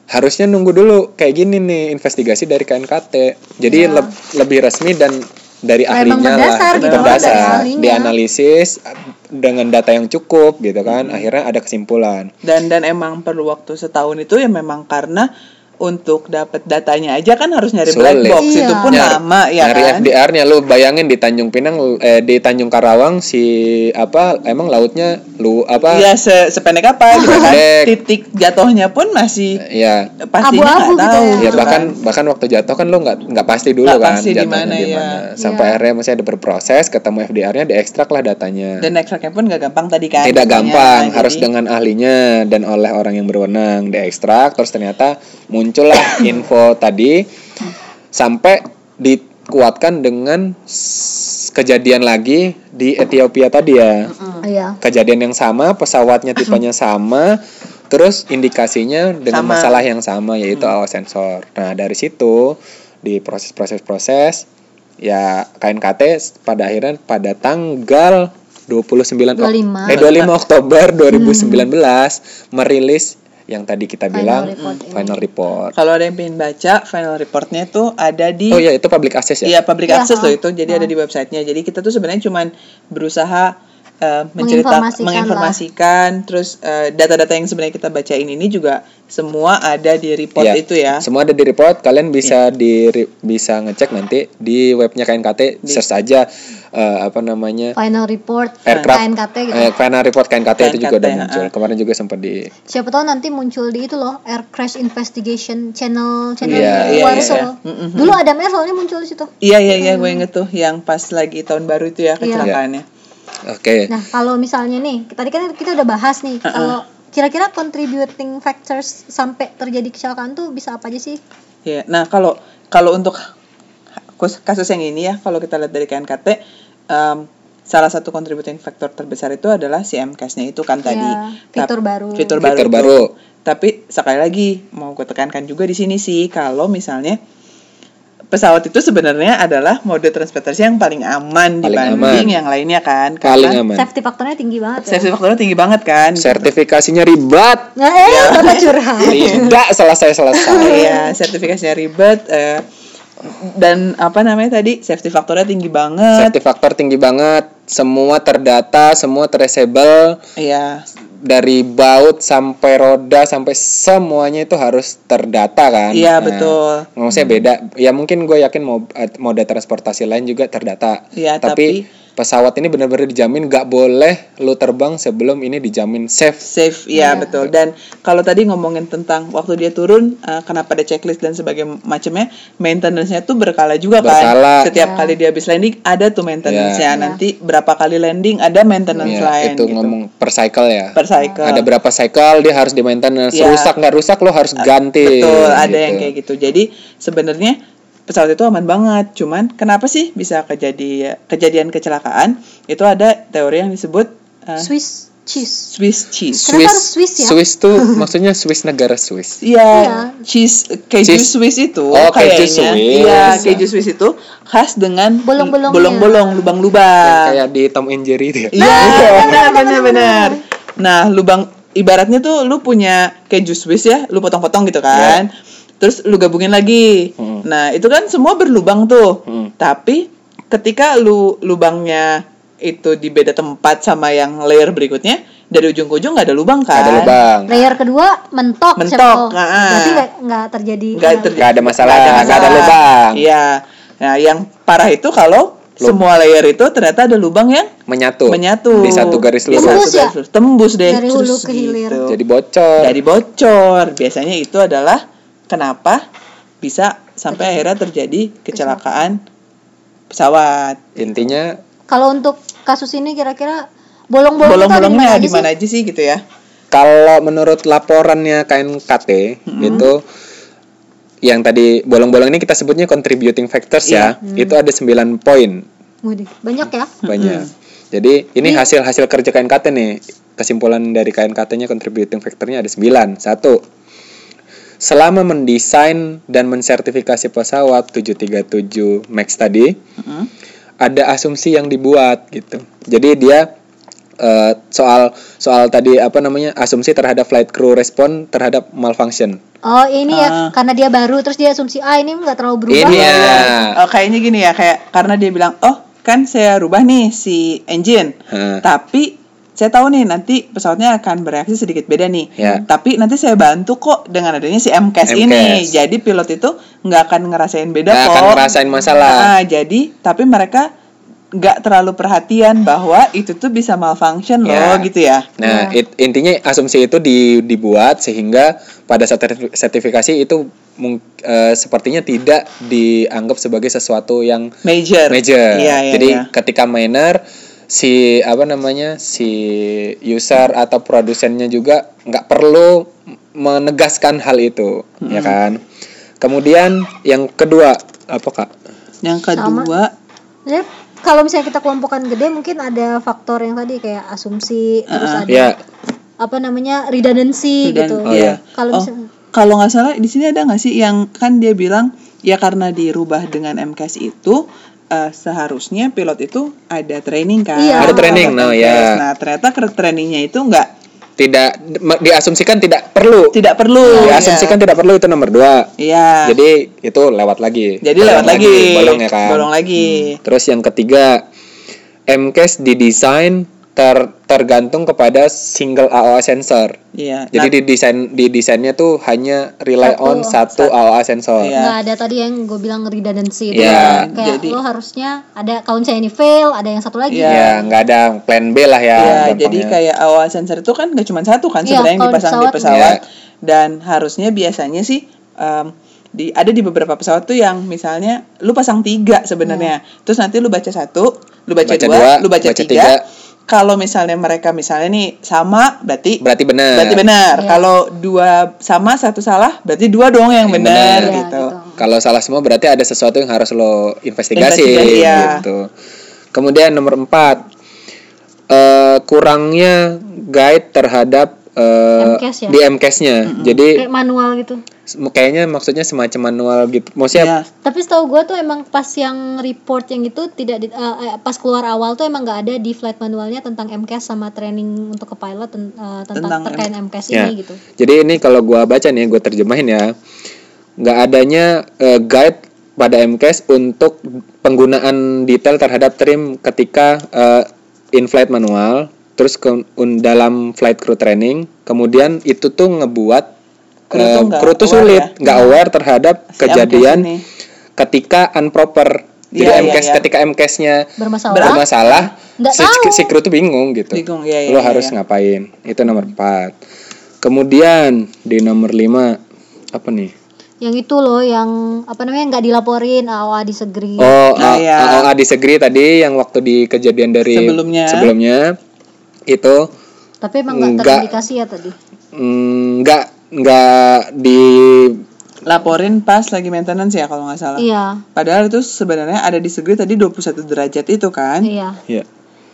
S3: harusnya nunggu dulu kayak gini nih investigasi dari KNKT. Jadi leb- lebih resmi dan dari
S2: Memang
S3: ahlinya
S2: berdasar Iya. Nah,
S3: lah,
S2: gitu loh, dari
S3: berdasar,
S2: ahlinya.
S3: dianalisis dengan data yang cukup gitu
S2: Hmm.
S3: kan. Akhirnya ada kesimpulan.
S4: dan dan emang perlu waktu setahun itu ya memang karena untuk dapat datanya aja kan harus nyari black
S3: Sulit.
S4: box
S2: Iya.
S4: itu pun
S3: Nyari-
S4: lama ya
S3: Nyari
S4: kan
S3: FDR-nya lu bayangin di Tanjung Pinang eh, di Tanjung Karawang si apa emang lautnya lu apa
S2: Iya.
S4: ya
S3: Iya,
S4: se sependek apa gitu kan
S3: Pendek.
S4: titik jatuhnya pun masih
S3: ya
S4: pastinya
S2: Abu-abu
S4: nggak
S2: gitu
S4: tahu
S2: ya.
S3: ya
S4: gitu
S3: bahkan bahkan waktu jatuh kan lu nggak nggak pasti dulu
S4: Nggak
S3: kan
S4: pasti di
S3: jatuhnya
S4: mana,
S3: di
S4: ya.
S3: mana sampai
S2: Iya.
S3: akhirnya masih ada berproses ketemu FDR-nya diekstrak lah datanya
S4: dan next tracknya pun nggak gampang tadi kan
S3: tidak
S4: katanya.
S3: gampang
S4: Nah,
S3: harus
S4: jadi-
S3: dengan ahlinya dan oleh orang yang berwenang diekstrak terus ternyata muncullah info tadi sampai dikuatkan dengan s- kejadian lagi di Ethiopia tadi ya
S2: Iya.
S3: kejadian yang sama pesawatnya tipenya sama terus indikasinya dengan
S4: Sama.
S3: masalah yang sama yaitu awas sensor nah dari situ di proses proses proses ya KNKT s- pada akhirnya pada tanggal 29 Ok-
S2: 25.
S3: eh 25 Oktober 2019 merilis yang tadi kita bilang
S2: report ini.
S3: final report.
S4: kalau ada yang pengen baca final reportnya tuh ada di
S3: Oh ya itu public access ya.
S4: Iya public
S2: Iya,
S4: access
S2: ha.
S4: loh itu, jadi ada di websitenya. Jadi kita tuh sebenarnya cuman berusaha eh, mencerita,
S2: Menginformasikan
S4: menginformasikan, terus eh, data-data yang sebenarnya kita bacain ini juga semua ada di report
S3: Iya,
S4: itu ya. Hmm.
S3: Semua ada di report. Kalian bisa di re- bisa ngecek nanti di webnya KNKT search aja eh, apa namanya
S2: Final report
S3: aircraft
S2: KNKT gitu.
S3: eh, final report KNKT itu juga
S4: KNKT,
S3: udah muncul
S4: ah.
S3: kemarin juga sempat di
S2: Siapa tahu nanti muncul di itu loh Air Crash Investigation Channel channel
S3: Iya,
S2: di
S4: iya,
S2: Warsaw.
S4: iya.
S2: Dulu Adam Air soalnya muncul di situ.
S4: Iya iya iya gue inget tuh yang pas lagi tahun baru itu ya kecelakaannya.
S3: oke
S2: Nah, kalau misalnya nih, tadi kan kita udah bahas
S3: Eh,
S2: nih, kalau kira-kira contributing factors sampai terjadi kecelakaan tuh bisa apa aja sih?
S4: Iya. Nah kalau kalau untuk kus- kasus yang ini ya kalau kita lihat dari KNKT em, salah satu contributing factor terbesar itu adalah si MCAS-nya itu kan tadi.
S2: Ya, fitur baru.
S4: Fitur baru.
S3: Fitur
S4: itu.
S3: baru
S4: Tapi sekali lagi mau gue tekankan juga di sini sih kalau misalnya pesawat itu sebenarnya adalah mode transportasi yang paling aman
S3: Paling
S4: dibanding
S3: aman.
S4: yang lainnya kan.
S3: paling
S4: Karena
S3: aman
S2: Safety faktornya tinggi banget ya.
S4: Safety factor tinggi banget kan.
S3: sertifikasinya ribet
S2: Nah, eh, kata curhat.
S3: tidak selesai selesai
S4: Iya, sertifikasinya ribet eh, dan apa namanya tadi safety faktornya tinggi banget.
S3: safety factor tinggi banget semua terdata semua traceable
S4: Iya.
S3: dari baut sampai roda sampai semuanya itu harus terdata kan
S4: Iya,
S3: Nah,
S4: betul.
S3: maksudnya
S4: Hmm.
S3: beda ya mungkin gue yakin mau eh, moda transportasi lain juga terdata
S4: Iya,
S3: tapi, pesawat ini benar-benar dijamin gak boleh lu terbang sebelum ini dijamin safe
S4: safe ya
S3: Iya.
S4: betul dan kalau tadi ngomongin tentang waktu dia turun eh, kenapa ada checklist dan sebagainya macamnya maintenance-nya tuh berkala juga kan
S3: Berkala.
S4: setiap kali dia habis landing ada tuh maintenance-nya nanti berapa kali landing ada maintenance
S3: Ya,
S4: lain
S3: itu
S4: gitu.
S3: ngomong per cycle ya.
S4: per cycle
S3: Ada berapa cycle dia harus di maintenance.
S4: Ya.
S3: Rusak nggak rusak lo harus ganti.
S4: betul ada
S3: gitu.
S4: yang kayak gitu jadi sebenarnya pesawat itu aman banget cuman kenapa sih bisa kejadian kejadian kecelakaan itu ada teori yang disebut eh,
S2: Swiss cheese.
S4: Swiss cheese
S2: Kenapa harus Swiss ya?
S3: Swiss tuh maksudnya Swiss negara Swiss.
S4: Iya,
S2: Iya.
S4: cheese keju
S3: Cheese.
S4: Swiss itu
S3: Oh,
S4: kayaknya.
S3: keju Swiss.
S4: Iya, keju Swiss itu khas dengan
S2: Bolong-bolongnya.
S4: bolong-bolong, lubang-lubang.
S3: Kayak di Tom and Jerry itu ya.
S2: Nah,
S4: Iya, benar benar benar. Nah, lubang ibaratnya tuh lu punya keju Swiss ya, lu potong-potong
S3: Iya.
S4: gitu kan. Terus lu gabungin lagi.
S3: Hmm.
S4: Nah, itu kan semua berlubang tuh. Tapi ketika lu lubangnya itu di beda tempat sama yang layer berikutnya, dari ujung ke ujung nggak ada lubang kan?
S3: Ada lubang.
S2: Layer kedua mentok,
S4: Mentok,
S2: siapa tahu.
S4: ah.
S2: Berarti nggak- nggak terjadi.
S4: nggak
S2: nah,
S4: ter-
S3: Nggak ada masalah, nggak ada
S4: masalah.
S3: lubang.
S4: Iya. Nah, yang parah itu kalau semua layer itu ternyata ada lubang yang
S3: Menyatu.
S4: menyatu Iya.
S3: Di satu garis
S4: Di
S3: lurus.
S2: Tembus
S4: satu garis
S2: ya?
S4: lurus. Tembus deh.
S2: Dari hulu
S4: Terus
S2: ke hilir.
S4: gitu.
S3: Jadi bocor.
S4: Jadi bocor. Biasanya itu adalah kenapa bisa sampai akhirnya terjadi kecelakaan pesawat.
S3: Intinya
S2: Kalau untuk kasus ini kira-kira bolong-bolong itu ada di mana
S4: Bolong-bolongnya
S2: aja
S4: di
S2: sih?
S4: mana aja sih gitu ya?
S3: kalau menurut laporannya KNKT itu yang tadi bolong-bolong ini kita sebutnya contributing factors ya. Itu ada 9 poin
S2: Waduh, banyak ya.
S3: banyak. Jadi ini hasil-hasil kerja KNKT nih. Kesimpulan dari KNKT-nya contributing factor-nya ada 9. Satu, selama mendesain dan mensertifikasi pesawat 737 Max tadi, ada asumsi yang dibuat gitu. Jadi dia eh, soal soal tadi apa namanya asumsi terhadap flight crew respon terhadap malfunction.
S2: Oh ini ya
S4: Ah.
S2: karena dia baru terus dia asumsi ah ini nggak terlalu berubah.
S3: Ini ya.
S4: Eh, kayaknya gini ya kayak karena dia bilang oh kan saya rubah nih si engine
S3: Heeh.
S4: tapi saya tahu nih nanti pesawatnya akan bereaksi sedikit beda nih
S3: Ya.
S4: tapi nanti saya bantu kok dengan adanya si MCAS, ini
S3: MCAS.
S4: jadi pilot itu nggak akan ngerasain beda
S3: Nggak
S4: kok
S3: akan Nah, kan ngerasain masalah.
S4: Ah, jadi tapi mereka nggak terlalu perhatian bahwa itu tuh bisa malfunction
S3: Ya.
S4: loh gitu ya
S3: Nah, it- intinya asumsi itu di- dibuat sehingga pada saat sertif- sertifikasi itu mung- eh, sepertinya tidak dianggap sebagai sesuatu yang
S4: major
S3: major.
S4: Iya, iya,
S3: Jadi
S4: iya.
S3: ketika minor si apa namanya si user atau produsennya juga nggak perlu menegaskan hal itu, ya kan? Kemudian yang kedua apa kak?
S4: yang kedua
S2: Jadi kalau misalnya kita kelompokan gede mungkin ada faktor yang tadi kayak asumsi terus
S4: Ah,
S2: ada
S4: iya.
S3: Ya
S2: apa namanya redundancy
S4: Dan-
S2: gitu.
S4: oh, iya.
S2: Kalau
S4: Oh,
S2: misalnya
S4: kalau nggak salah di sini ada nggak sih yang kan dia bilang ya karena dirubah dengan MKS itu eh, seharusnya pilot itu ada training kan
S2: Iya. Ada
S3: training,
S4: Nah,
S3: no, ya.
S4: nah ternyata ke trainingnya itu nggak
S3: tidak me- diasumsikan tidak perlu.
S4: tidak perlu
S3: diasumsikan tidak perlu itu nomor dua.
S4: Iya.
S3: Iya, kan. Jadi itu lewat lagi.
S4: jadi
S3: Bolong
S4: lewat lagi
S3: Bolong ya kan.
S4: Bolong lagi
S3: Terus yang ketiga, MCAS didesain ter tergantung kepada single AOA sensor.
S4: iya
S3: Jadi
S4: Nah,
S3: di desain di desainnya tuh hanya rely
S2: Satu.
S3: on satu AOA sensor.
S4: Iya.
S2: nggak ada tadi yang gue bilang redundancy itu
S3: Iya,
S2: kan. kayak
S4: jadi-
S2: lo harusnya ada kalau misalnya ini fail ada yang satu lagi.
S4: Iya.
S3: Ya, nggak ada plan B lah ya.
S4: Iya,
S3: gampangnya.
S4: jadi kayak awal sensor itu kan gak cuma satu kan
S2: Iya,
S4: sebenarnya yang
S2: kalau di
S4: dipasang di
S2: pesawat
S4: pesawat dan harusnya biasanya sih em, di ada di beberapa pesawat tuh yang misalnya lu pasang tiga sebenarnya
S2: Iya.
S4: terus nanti lu baca satu lu baca,
S3: Baca
S4: dua,
S3: dua,
S4: lu baca,
S3: baca tiga.
S4: tiga, kalau misalnya mereka misalnya nih sama berarti
S3: berarti benar.
S4: berarti benar
S2: Iya.
S4: kalau dua sama satu salah berarti dua dong yang
S3: Yang
S4: benar
S3: benar.
S2: Iya,
S4: gitu
S3: Kalau salah semua berarti ada sesuatu yang harus lo investigasi
S4: Investigasi, ya.
S3: gitu. Kemudian nomor empat eh, kurangnya guide terhadap eh,
S2: MCAS ya?
S3: di MCAS-nya. Jadi
S2: Kayak manual gitu.
S3: sem- kayaknya maksudnya semacam manual gitu. Maksudnya
S4: Iya.
S2: Tapi setahu gue tuh emang pas yang report yang itu tidak di- eh, eh, pas keluar awal tuh emang nggak ada di flight manualnya tentang MCAS sama training untuk ke pilot ten- eh, tentang,
S4: Tentang
S2: terkait MCAS
S3: Ya.
S2: ini gitu.
S3: Jadi ini kalau gua baca nih, gua terjemahin ya. Nggak adanya eh, guide pada MCAS untuk penggunaan detail terhadap trim ketika eh, in-flight manual, terus ke un- dalam flight crew training, kemudian itu tuh ngebuat
S4: Kru tuh
S3: eh,
S4: nggak
S3: kru tuh
S4: aware
S3: sulit,
S4: ya.
S3: nggak aware terhadap
S4: Si
S3: kejadian
S4: MCAS ini.
S3: ketika unproper. Jadi
S4: Iya, iya,
S3: MCAS
S4: iya.
S3: ketika MCAS-nya
S2: Bermasalah.
S3: bermasalah,
S2: Nggak
S3: si,
S2: tahu.
S3: si kru tuh bingung gitu.
S4: Bingung, iya, iya,
S3: Lo
S4: iya,
S3: harus
S4: iya.
S3: ngapain? Itu nomor 4. Kemudian di nomor 5 apa nih?
S2: yang itu loh yang apa namanya nggak dilaporin "Ah, AOA disegri
S3: Oh,
S4: Nah,
S3: A-
S4: iya.
S3: AOA disagree tadi yang waktu di kejadian dari
S4: Sebelumnya.
S3: sebelumnya, itu
S2: tapi emang nggak
S3: Nggak.
S2: terindikasi ya tadi
S3: mm, nggak nggak di
S4: laporin pas lagi maintenance ya kalau nggak salah
S2: iya
S4: padahal itu sebenarnya ada di segeri tadi 21 derajat itu kan
S2: iya
S3: ya.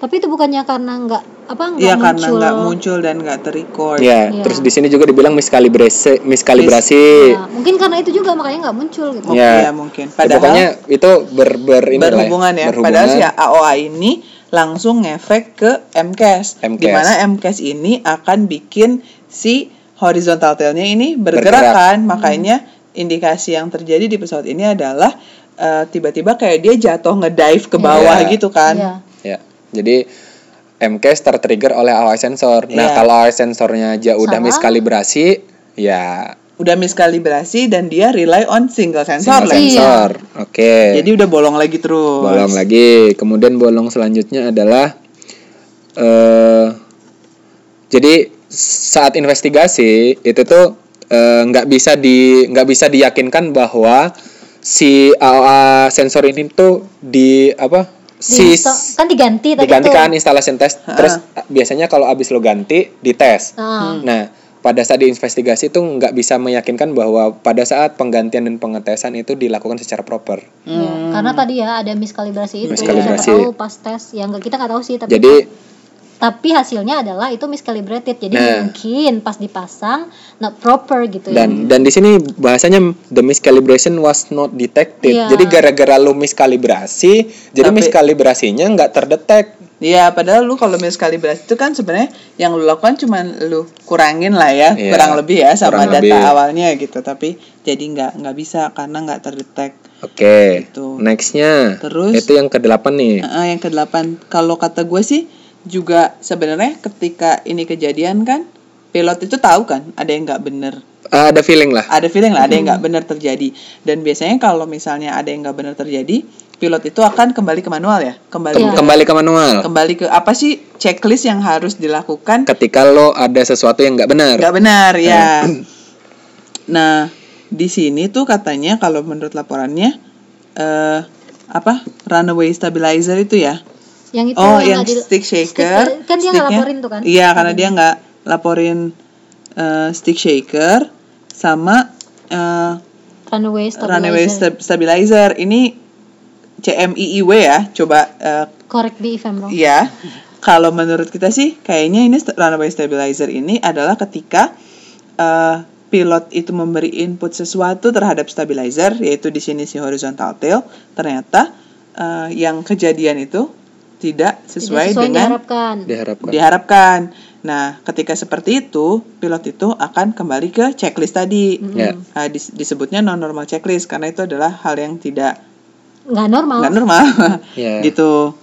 S2: tapi itu bukannya karena nggak apa nggak
S4: Iya karena
S2: muncul
S4: nggak muncul dan nggak terrecord.
S3: Ya,
S2: Iya.
S3: terus di sini juga dibilang miskalibrasi miskalibrasi.
S2: Ya, mungkin karena itu juga makanya nggak muncul gitu
S4: Mungkin
S3: Iya.
S4: ya mungkin.
S3: Ya,
S4: Padahal
S3: pokoknya itu ber, ber ini lah ya,
S4: berhubungan ya.
S3: berhubungan.
S4: Padahal si AOA ini langsung ngefek ke MCAS.
S3: MCAS.
S4: Di mana MCAS ini akan bikin si horizontal tailnya ini bergerak,
S3: Bergerak.
S4: kan.
S2: Hmm.
S4: Makanya indikasi yang terjadi di pesawat ini adalah eh, tiba-tiba kayak dia jatuh ngedive ke bawah
S3: Iya.
S4: gitu kan.
S2: Iya.
S3: Ya, jadi MCAS tertrigger oleh AOI sensor.
S4: Iya.
S3: Nah, kalau AOI sensornya aja udah
S2: Salah.
S3: miskalibrasi, ya
S4: Udah miskalibrasi dan dia rely on single sensor.
S3: single
S4: lah.
S3: sensor. Oke.
S4: Jadi udah bolong lagi terus.
S3: bolong lagi. Kemudian bolong selanjutnya adalah eh jadi saat investigasi itu tuh eh, nggak bisa di nggak bisa diyakinkan bahwa si AOA sensor ini tuh di apa?
S2: Di
S3: Si
S2: insta- kan diganti
S4: gitu.
S2: tadi
S3: digantikan
S2: tuh
S3: instalasi tes terus biasanya kalau abis lo ganti dites
S2: Nah,
S3: nah pada saat diinvestigasi itu nggak bisa meyakinkan bahwa pada saat penggantian dan pengetesan itu dilakukan secara proper.
S2: Iya, karena tadi ya ada miskalibrasi itu
S3: Hmm. Miskalibrasi.
S2: siapa tahu pas tes yang nggak- kita nggak tahu sih tapi
S3: Jadi
S4: gitu.
S2: tapi hasilnya adalah itu miscalibrated jadi
S3: Nah.
S2: mungkin pas dipasang not proper gitu ya
S3: dan dan di sini bahasanya the miscalibration was not detected.
S2: Iya.
S3: Jadi gara-gara lu miskalibrasi, jadi
S4: Tapi-
S3: miskalibrasinya nggak terdetek.
S4: Iya, padahal lu kalau miskalibrasi itu kan sebenarnya yang lu lakukan cuman lu kurangin lah ya,
S3: Iya,
S4: kurang lebih ya sama
S3: kurang
S4: data
S3: lebih.
S4: awalnya gitu. Tapi jadi nggak nggak bisa karena nggak terdetek.
S3: Oke.
S4: Gitu.
S3: Nextnya
S4: Terus-
S3: itu yang kedelapan nih.
S4: Heeh, yang kedelapan, kalau kata gue sih juga sebenarnya ketika ini kejadian kan pilot itu tahu kan ada yang nggak bener
S3: Ah, ada feeling lah.
S4: ada feeling lah ada yang
S3: Hmm.
S4: nggak benar terjadi dan biasanya kalau misalnya ada yang nggak benar terjadi pilot itu akan kembali ke manual ya kembali
S3: Kem-
S4: ke-
S3: Kembali ke manual.
S4: kembali ke apa sih checklist yang harus dilakukan
S3: Ketika lo ada sesuatu yang nggak benar.
S4: nggak benar ya nah di sini tuh katanya kalau menurut laporannya eh apa runaway stabilizer itu ya
S2: yang itu
S4: oh
S2: yang
S4: yang
S2: nggak di-
S4: stick shaker
S2: stick- kan dia nggak
S4: sticknya-
S2: laporin tuh kan
S4: iya karena dia nggak laporin eh, stick shaker sama eh,
S2: runaway stabilizer
S4: runaway stab- stabilizer ini CMIIW ya coba eh,
S2: correct me if I'm wrong
S4: ya kalau menurut kita sih kayaknya ini st- runaway stabilizer ini adalah ketika eh, pilot itu memberi input sesuatu terhadap stabilizer yaitu di sini si horizontal tail ternyata eh, yang kejadian itu tidak
S2: tidak
S4: sesuai,
S2: sesuai yang
S4: dengan
S2: diharapkan
S3: Diharapkan.
S4: Iya. diharapkan. Nah, ketika seperti itu, pilot itu akan kembali ke checklist tadi.
S3: Ya.
S4: Ah, dis- disebutnya non normal checklist karena itu adalah hal yang tidak
S2: nggak normal
S4: nggak normal
S3: Ya.
S4: gitu.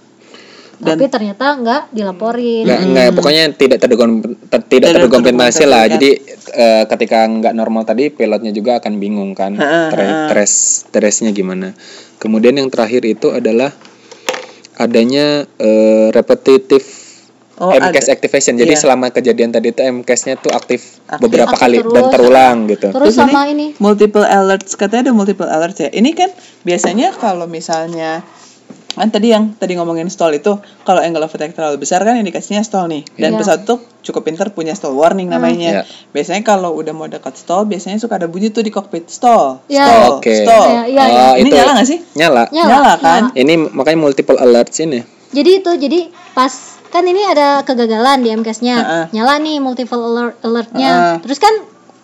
S4: Nah, Dan
S2: tapi ternyata nggak dilaporin
S3: Nggak, nggak, pokoknya tidak terdokum- ter- tidak terdokumentasi lah.
S4: terdokumentasikan.
S3: Jadi eh, ketika nggak normal tadi pilotnya juga akan bingung kan tra- trace trace-nya gimana. Kemudian yang terakhir itu adalah adanya eh, repetitive
S4: Oh,
S3: MCAS
S4: ada.
S3: activation. Jadi
S4: Iya.
S3: selama kejadian tadi itu MCAS-nya tuh aktif, beberapa
S2: Aktif
S3: kali dan
S2: terus.
S3: terulang gitu.
S2: terus
S4: Hmm. Terus
S2: sama ini
S4: multiple alerts katanya ada multiple alerts ya. Ini kan biasanya kalau misalnya kan tadi yang tadi ngomongin stall itu kalau angle of attack terlalu besar kan indikasinya stall nih
S2: Iya.
S4: dan
S2: Hmm.
S4: pesawat tuh cukup pinter punya stall warning namanya
S3: Iya.
S4: biasanya kalau udah mau dekat stall biasanya suka ada bunyi tuh di kokpit stall
S2: Iya.
S4: stall
S3: Oke.
S4: stall
S2: Iya, iya, iya.
S3: Oh,
S4: ini
S3: itu-
S4: nyala nggak sih
S3: Nyala.
S2: Nyala,
S4: nyala kan
S3: Ini makanya multiple alerts ini.
S2: Jadi itu jadi pas kan ini ada kegagalan di MCAS-nya.
S4: Heeh.
S2: Nyala nih multiple alert alertnya.
S4: Heeh.
S2: Terus kan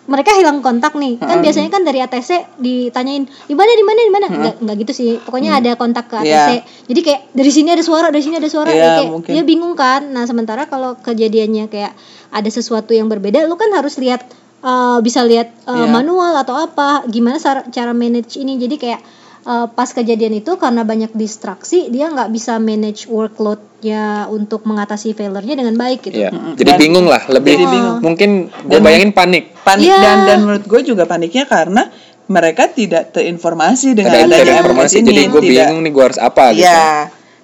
S2: mereka hilang kontak nih. Kan biasanya kan dari ATC ditanyain di mana di mana di mana. Nggak nggak gitu sih. Pokoknya ada kontak ke ATC.
S4: Hmm. Iya.
S2: Jadi kayak dari sini ada suara, dari sini ada suara.
S4: Iya,
S2: Ya, kayak
S4: mungkin.
S2: dia bingung kan. Nah, sementara kalau kejadiannya kayak ada sesuatu yang berbeda, lu kan harus lihat eh, bisa lihat eh,
S4: Iya.
S2: manual atau apa, gimana sar- cara manage ini. Jadi kayak eh, pas kejadian itu karena banyak distraksi, dia nggak bisa manage workload-nya untuk mengatasi failure-nya dengan baik gitu.
S3: Iya. Jadi
S4: Dan-
S3: bingung lah, lebih
S4: Jadi bingung.
S3: mungkin gue bayangin panik.
S4: panik
S2: Iya.
S4: dan dan menurut gue juga paniknya karena mereka tidak terinformasi dengan
S3: Ada
S4: adanya
S3: ada
S4: MRS
S3: informasi
S4: ini
S3: jadi gue
S4: Tidak-
S3: bingung nih gue harus apa gitu.
S4: Iya,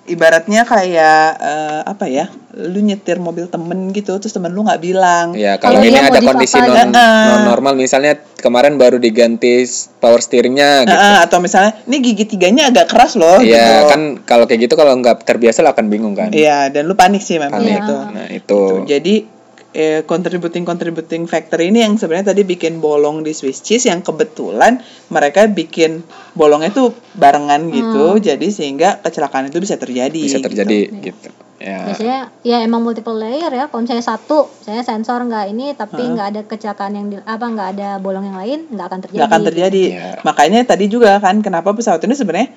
S4: ibaratnya kayak eh, apa ya? Lu nyetir mobil temen gitu, terus temen lu nggak bilang.
S3: Ya kalau
S2: Kalau
S3: ini
S2: dia
S3: ada
S2: modif
S3: kondisi
S2: apa
S3: non,
S4: aja. Heeh.
S3: non normal misalnya kemarin baru diganti s- power steeringnya gitu.
S4: Heeh, atau misalnya, ini gigi tiganya agak keras loh.
S3: Iya
S4: Nah, gitu.
S3: kan kalau kayak gitu kalau nggak terbiasa lah akan bingung kan.
S4: Iya, dan lu panik sih memang
S3: Panik.
S4: gitu.
S3: Nah itu.
S4: Tuh, Jadi eh, contributing contributing factor ini yang sebenarnya tadi bikin bolong di Swiss cheese yang kebetulan mereka bikin bolongnya tuh barengan gitu, jadi sehingga kecelakaan itu bisa terjadi.
S3: Hmm. bisa
S4: gitu.
S3: terjadi gitu.
S4: Iya
S3: Ya.
S2: Biasanya ya emang multiple layer ya. Kalau misalnya satu, saya sensor nggak ini, tapi nggak ada kecelakaan yang di, apa nggak ada bolong yang lain, nggak akan terjadi.
S4: nggak akan terjadi.
S3: Iya.
S4: Makanya tadi juga kan kenapa pesawat ini sebenarnya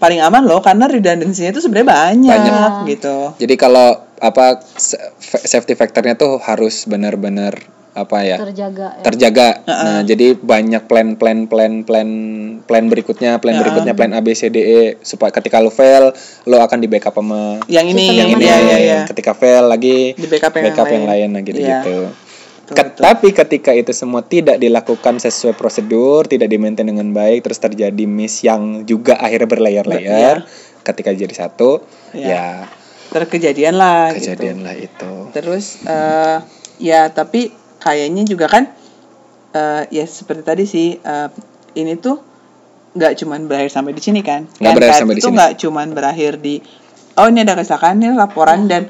S4: paling aman loh karena redundancy-nya itu sebenarnya banyak,
S3: Banyak.
S4: gitu.
S3: Jadi kalau apa sa- fa- safety factornya tuh harus benar-benar apa ya?
S2: Terjaga. ya.
S3: terjaga. Nah, jadi banyak plan plan plan plan plan berikutnya, plan berikutnya, plan A B C D E supaya ketika lo fail, lo akan di backup sama
S4: Yang ini
S2: Sistem
S4: yang
S2: yang
S4: ini
S2: mana?
S4: ya ya ya.
S3: Ketika fail lagi
S4: Di backup yang
S3: yang lain,
S4: lain.
S3: nah gitu
S4: Iya.
S3: gitu.
S4: Betul,
S3: Ket- Tapi ketika itu semua tidak dilakukan sesuai prosedur, tidak di maintain dengan baik, terus terjadi miss yang juga akhirnya berlayar-layar,
S4: iya.
S3: ketika jadi satu, ya,
S4: Terkejadian lah Iya. Nah, gitu.
S3: kejadian lah itu.
S4: Terus eh, ya tapi kayaknya juga kan eh, ya seperti tadi sih eh, ini tuh nggak cuman berakhir sampai di sini kan.
S3: Nggak berakhir
S4: NKRI
S3: sampai di
S4: tuh
S3: sini. Hmm.
S4: nggak cuman berakhir di oh ini ada kecelakaan ini laporan dan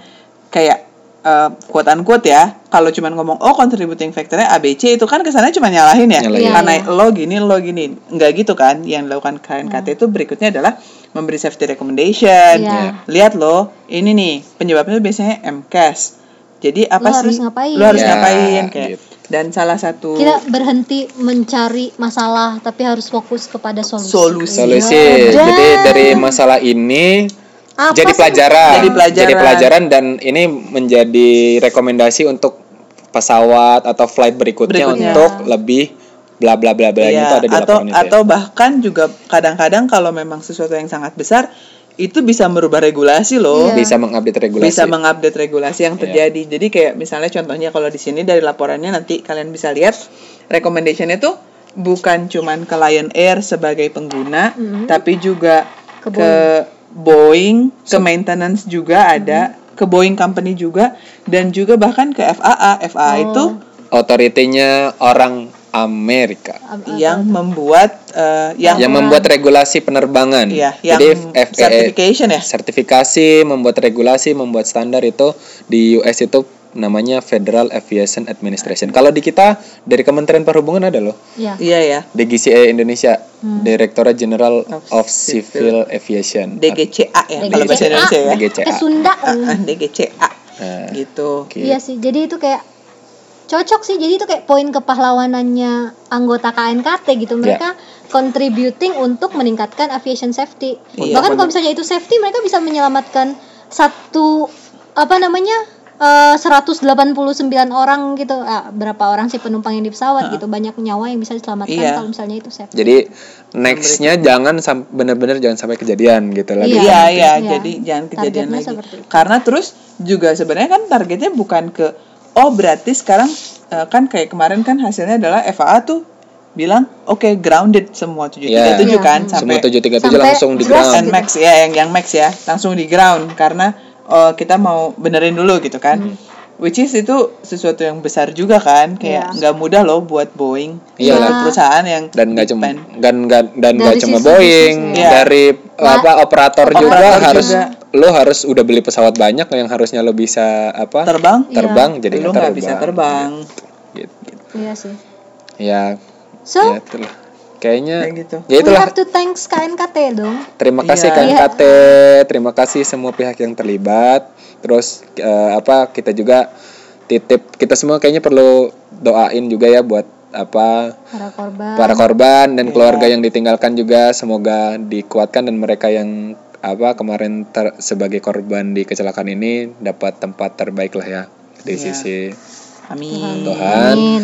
S4: kayak eh quote unquote ya kalau cuman ngomong oh contributing factornya ABC itu kan kesannya cuma nyalahin ya
S2: Iya,
S3: Nyalahin.
S4: karena
S2: iya.
S4: lo gini lo gini nggak gitu kan yang dilakukan KNKT
S2: Hmm.
S4: itu berikutnya adalah memberi safety recommendation
S2: Iya.
S4: lihat lo ini nih penyebabnya biasanya MCAS jadi apa
S2: Lo
S4: sih
S2: harus ngapain.
S4: lo harus
S3: Ya,
S4: ngapain kayak
S3: gitu.
S4: dan salah satu
S2: Kita berhenti mencari masalah tapi harus fokus kepada solusi.
S4: Solusi.
S3: solusi
S2: Iya.
S3: jadi dari masalah ini
S2: Apa
S3: jadi
S2: sih?
S3: pelajaran
S4: Jadi pelajaran.
S3: pelajaran dan ini menjadi rekomendasi untuk pesawat atau flight berikutnya,
S4: Berikutnya.
S3: untuk lebih bla bla bla bla
S4: Iya,
S3: itu ada di
S4: atau
S3: laporan itu ya.
S4: atau bahkan juga kadang-kadang kalau memang sesuatu yang sangat besar itu bisa merubah regulasi
S2: Iya.
S4: loh.
S3: bisa mengupdate regulasi Iya.
S4: Bisa mengupdate regulasi yang terjadi. Jadi kayak misalnya contohnya kalau di sini dari laporannya nanti kalian bisa lihat recommendation-nya tuh bukan cuman ke Lion Air sebagai pengguna tapi juga
S2: Ke
S4: ke, Boeing, ke maintenance juga ada, ke Boeing company juga dan juga bahkan ke FAA. FAA itu
S3: otoritinya orang Amerika
S4: yang membuat eh, yang
S3: yang membuat regulasi penerbangan.
S4: Iya,
S3: Jadi
S4: yang
S3: FAA
S4: certification ya?
S3: sertifikasi, membuat regulasi, membuat standar itu di US itu namanya Federal Aviation Administration. Kalau di kita dari Kementerian Perhubungan ada loh.
S2: Iya.
S4: Iya ya,
S3: DGCA Indonesia,
S2: Hmm.
S3: Direktorat General of Civil Aviation.
S4: DGCA ya kalau bahasa
S2: DGCA.
S4: Indonesia ya.
S3: DGCA.
S2: Eh Sunda.
S4: Ah, DGCA
S3: Nah,
S4: gitu.
S3: oke.
S2: Iya sih. Jadi itu kayak cocok sih. Jadi itu kayak poin kepahlawanannya anggota KNKT
S3: Iya.
S2: gitu. Mereka contributing untuk meningkatkan aviation safety.
S4: Iya,
S2: Bahkan kalau misalnya itu safety, mereka bisa menyelamatkan satu apa namanya? eh, 189 orang gitu. Ah, berapa orang sih penumpang yang di pesawat gitu. Banyak nyawa yang bisa diselamatkan
S4: Iya.
S2: kalau misalnya itu safety.
S3: Jadi nextnya jangan sam- bener-bener jangan sampai kejadian gitu lah.
S2: Iya.
S4: Iya iya,
S2: Iya.
S4: jadi jangan kejadian
S2: Targetnya
S4: lagi.
S2: seperti itu.
S4: Karena terus juga sebenarnya kan targetnya bukan ke oh berarti sekarang eh, kan kayak kemarin kan hasilnya adalah FAA tuh bilang oke grounded semua 737
S3: Iya.
S4: kan
S3: Semua
S4: sampai
S3: 737
S2: Sampai
S3: langsung di
S2: jelas
S4: and
S3: ground.
S2: gitu.
S4: max ya yang yang max ya langsung di ground karena eh, kita mau benerin dulu gitu kan. Which is itu sesuatu yang besar juga kan kayak
S2: Iya.
S4: nggak mudah loh buat Boeing
S3: Iya.
S4: suatu perusahaan yang
S3: dan nggak cuma
S4: depend.
S3: dan nggak dan nggak
S2: Dari
S3: cuma
S2: sisi
S3: Boeing
S4: bisnisnya.
S3: dari apa operator, juga
S4: Iya. Operator
S3: harus
S4: juga.
S3: lo harus udah beli pesawat banyak yang harusnya lo bisa apa
S4: terbang
S3: terbang jadi
S4: lu
S3: nggak
S4: nggak
S3: terbang.
S4: bisa terbang
S3: Gitu.
S2: Iya sih.
S3: ya
S2: So,
S3: ya itulah kayaknya
S4: kayak gitu
S2: we
S3: ya itulah
S2: have to thanks KNKT dong.
S3: terima
S4: Iya.
S3: kasih KNKT terima kasih semua pihak yang terlibat terus eh, apa kita juga titip kita semua kayaknya perlu doain juga ya buat apa
S2: para korban.
S3: para korban dan keluarga yang ditinggalkan juga semoga dikuatkan dan mereka yang apa kemarin ter- sebagai korban di kecelakaan ini dapat tempat terbaik lah ya di sisi
S4: amin
S3: Tuhan
S2: Amin.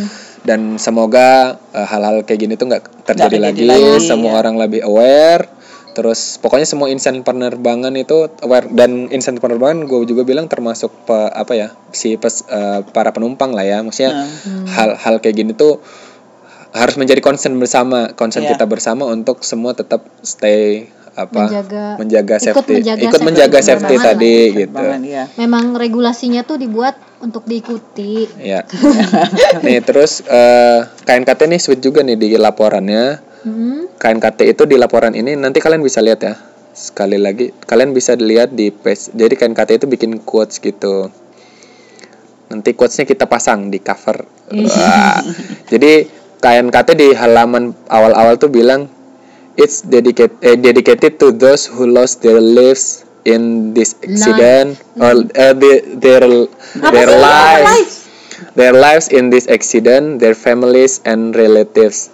S3: dan semoga eh, hal-hal kayak gini tuh nggak terjadi
S4: Nggak
S3: lagi
S4: terjadi lagi, iya.
S3: semua orang lebih aware terus pokoknya semua insan penerbangan itu aware dan insan penerbangan gue juga bilang termasuk pe- apa ya si pes- eh, para penumpang lah ya
S4: Nah.
S3: maksudnya
S2: Hmm.
S3: hal-hal kayak gini tuh harus menjadi concern bersama concern
S4: Iya.
S3: kita bersama untuk semua tetap stay apa
S2: Menjaga- ikut
S3: safety
S2: menjaga
S3: ikut
S2: safety
S3: menjaga
S2: penerbangan
S3: safety
S2: lah.
S3: tadi gitu
S4: Terbang, iya.
S2: Memang regulasinya tuh dibuat untuk diikuti.
S3: Ya. nih terus eh, KNKT nih sweet juga nih di laporannya.
S2: Hmm.
S3: KNKT itu di laporan ini nanti kalian bisa lihat ya. Sekali lagi kalian bisa lihat di page. Jadi KNKT itu bikin quotes gitu. Nanti quotesnya kita pasang di cover. Wah. Jadi KNKT di halaman awal-awal tuh bilang it's dedicated dedicated to those who lost their lives in this accident or eh, the- their their lives their lives in this accident, their families and relatives.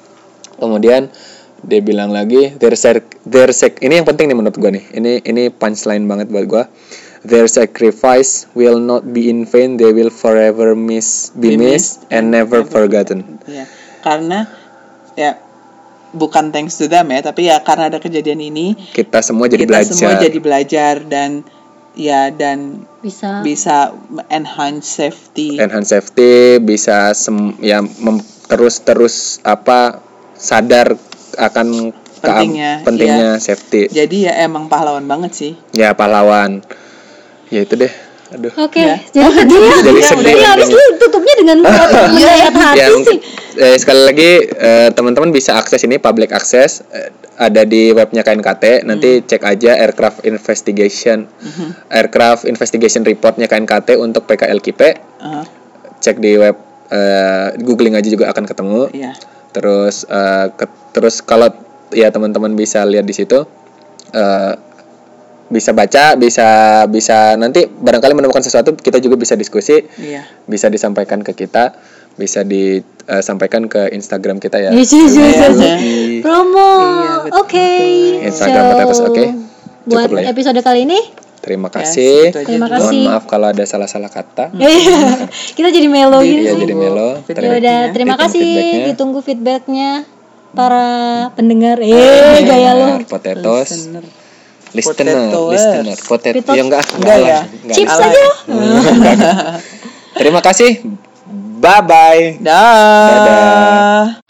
S3: Kemudian dia bilang lagi, their sac- their sac- ini yang penting nih menurut gue nih. Ini ini punchline banget buat gue. Their sacrifice will not be in vain. They will forever miss, be missed, and never forgotten.
S4: Iya. karena ya bukan thanks to them ya tapi ya karena ada kejadian ini
S3: Kita semua jadi
S4: kita
S3: belajar.
S4: semua jadi belajar dan ya dan
S2: Bisa.
S4: bisa enhance safety
S3: enhance safety bisa sem- ya mem- terus terus apa sadar akan keam-
S4: Pentingnya,
S3: pentingnya safety.
S4: jadi ya emang pahlawan banget sih
S3: Ya pahlawan. Ya itu deh. Aduh.
S2: Oke,
S4: Ya.
S2: jadi iya, sedih ya.
S3: Jadi
S2: Ya,
S3: sedih.
S2: udah, habis lu tutupnya dengan suatu melihat hati
S3: ya
S2: sih.
S3: mungkin eh, sekali lagi eh, teman-teman bisa akses ini public access eh, ada di webnya KNKT nanti cek aja aircraft investigation aircraft investigation reportnya KNKT untuk PKLKP
S4: Eh,
S3: cek di web eh, googling aja juga akan ketemu
S4: iya.
S3: terus eh, ke- terus kalau ya teman-teman bisa lihat di situ eh, bisa baca bisa bisa nanti barangkali menemukan sesuatu kita juga bisa diskusi
S4: Iya.
S3: bisa disampaikan ke kita bisa disampaikan ke Instagram kita ya
S2: Yes, yes, yes, yes.
S4: Iya.
S2: Promo.
S4: Iya, betul.
S2: Oke.
S3: Instagram Potatoes, oke. Cukup
S2: Buat
S3: lah ya.
S2: episode kali ini,
S3: terima
S4: Ya,
S3: kasih
S4: segitu aja
S2: Terima
S4: dulu.
S2: kasih. Hmm. Iya,
S3: mohon maaf kalau ada salah-salah kata
S2: kita jadi melo
S4: Jadi-
S2: gitu
S3: iya
S2: sih.
S3: jadi melo
S2: Ya
S4: Feedbacknya.
S2: udah, terima
S3: Ditunggu
S2: kasih.
S3: feedbacknya.
S2: Ditunggu feedbacknya para pendengar.
S3: Ah,
S2: Eh,
S3: iya,
S2: gaya lu.
S3: Listener, potatoes
S4: Listener.
S3: listener
S4: Potatoes.
S3: listener potato
S2: Pitot.
S3: ya enggak
S4: Enggak ya.
S3: enggak
S2: Chips
S3: lah.
S2: aja. lu.
S3: terima kasih bye bye
S4: Dah.
S3: Dadah.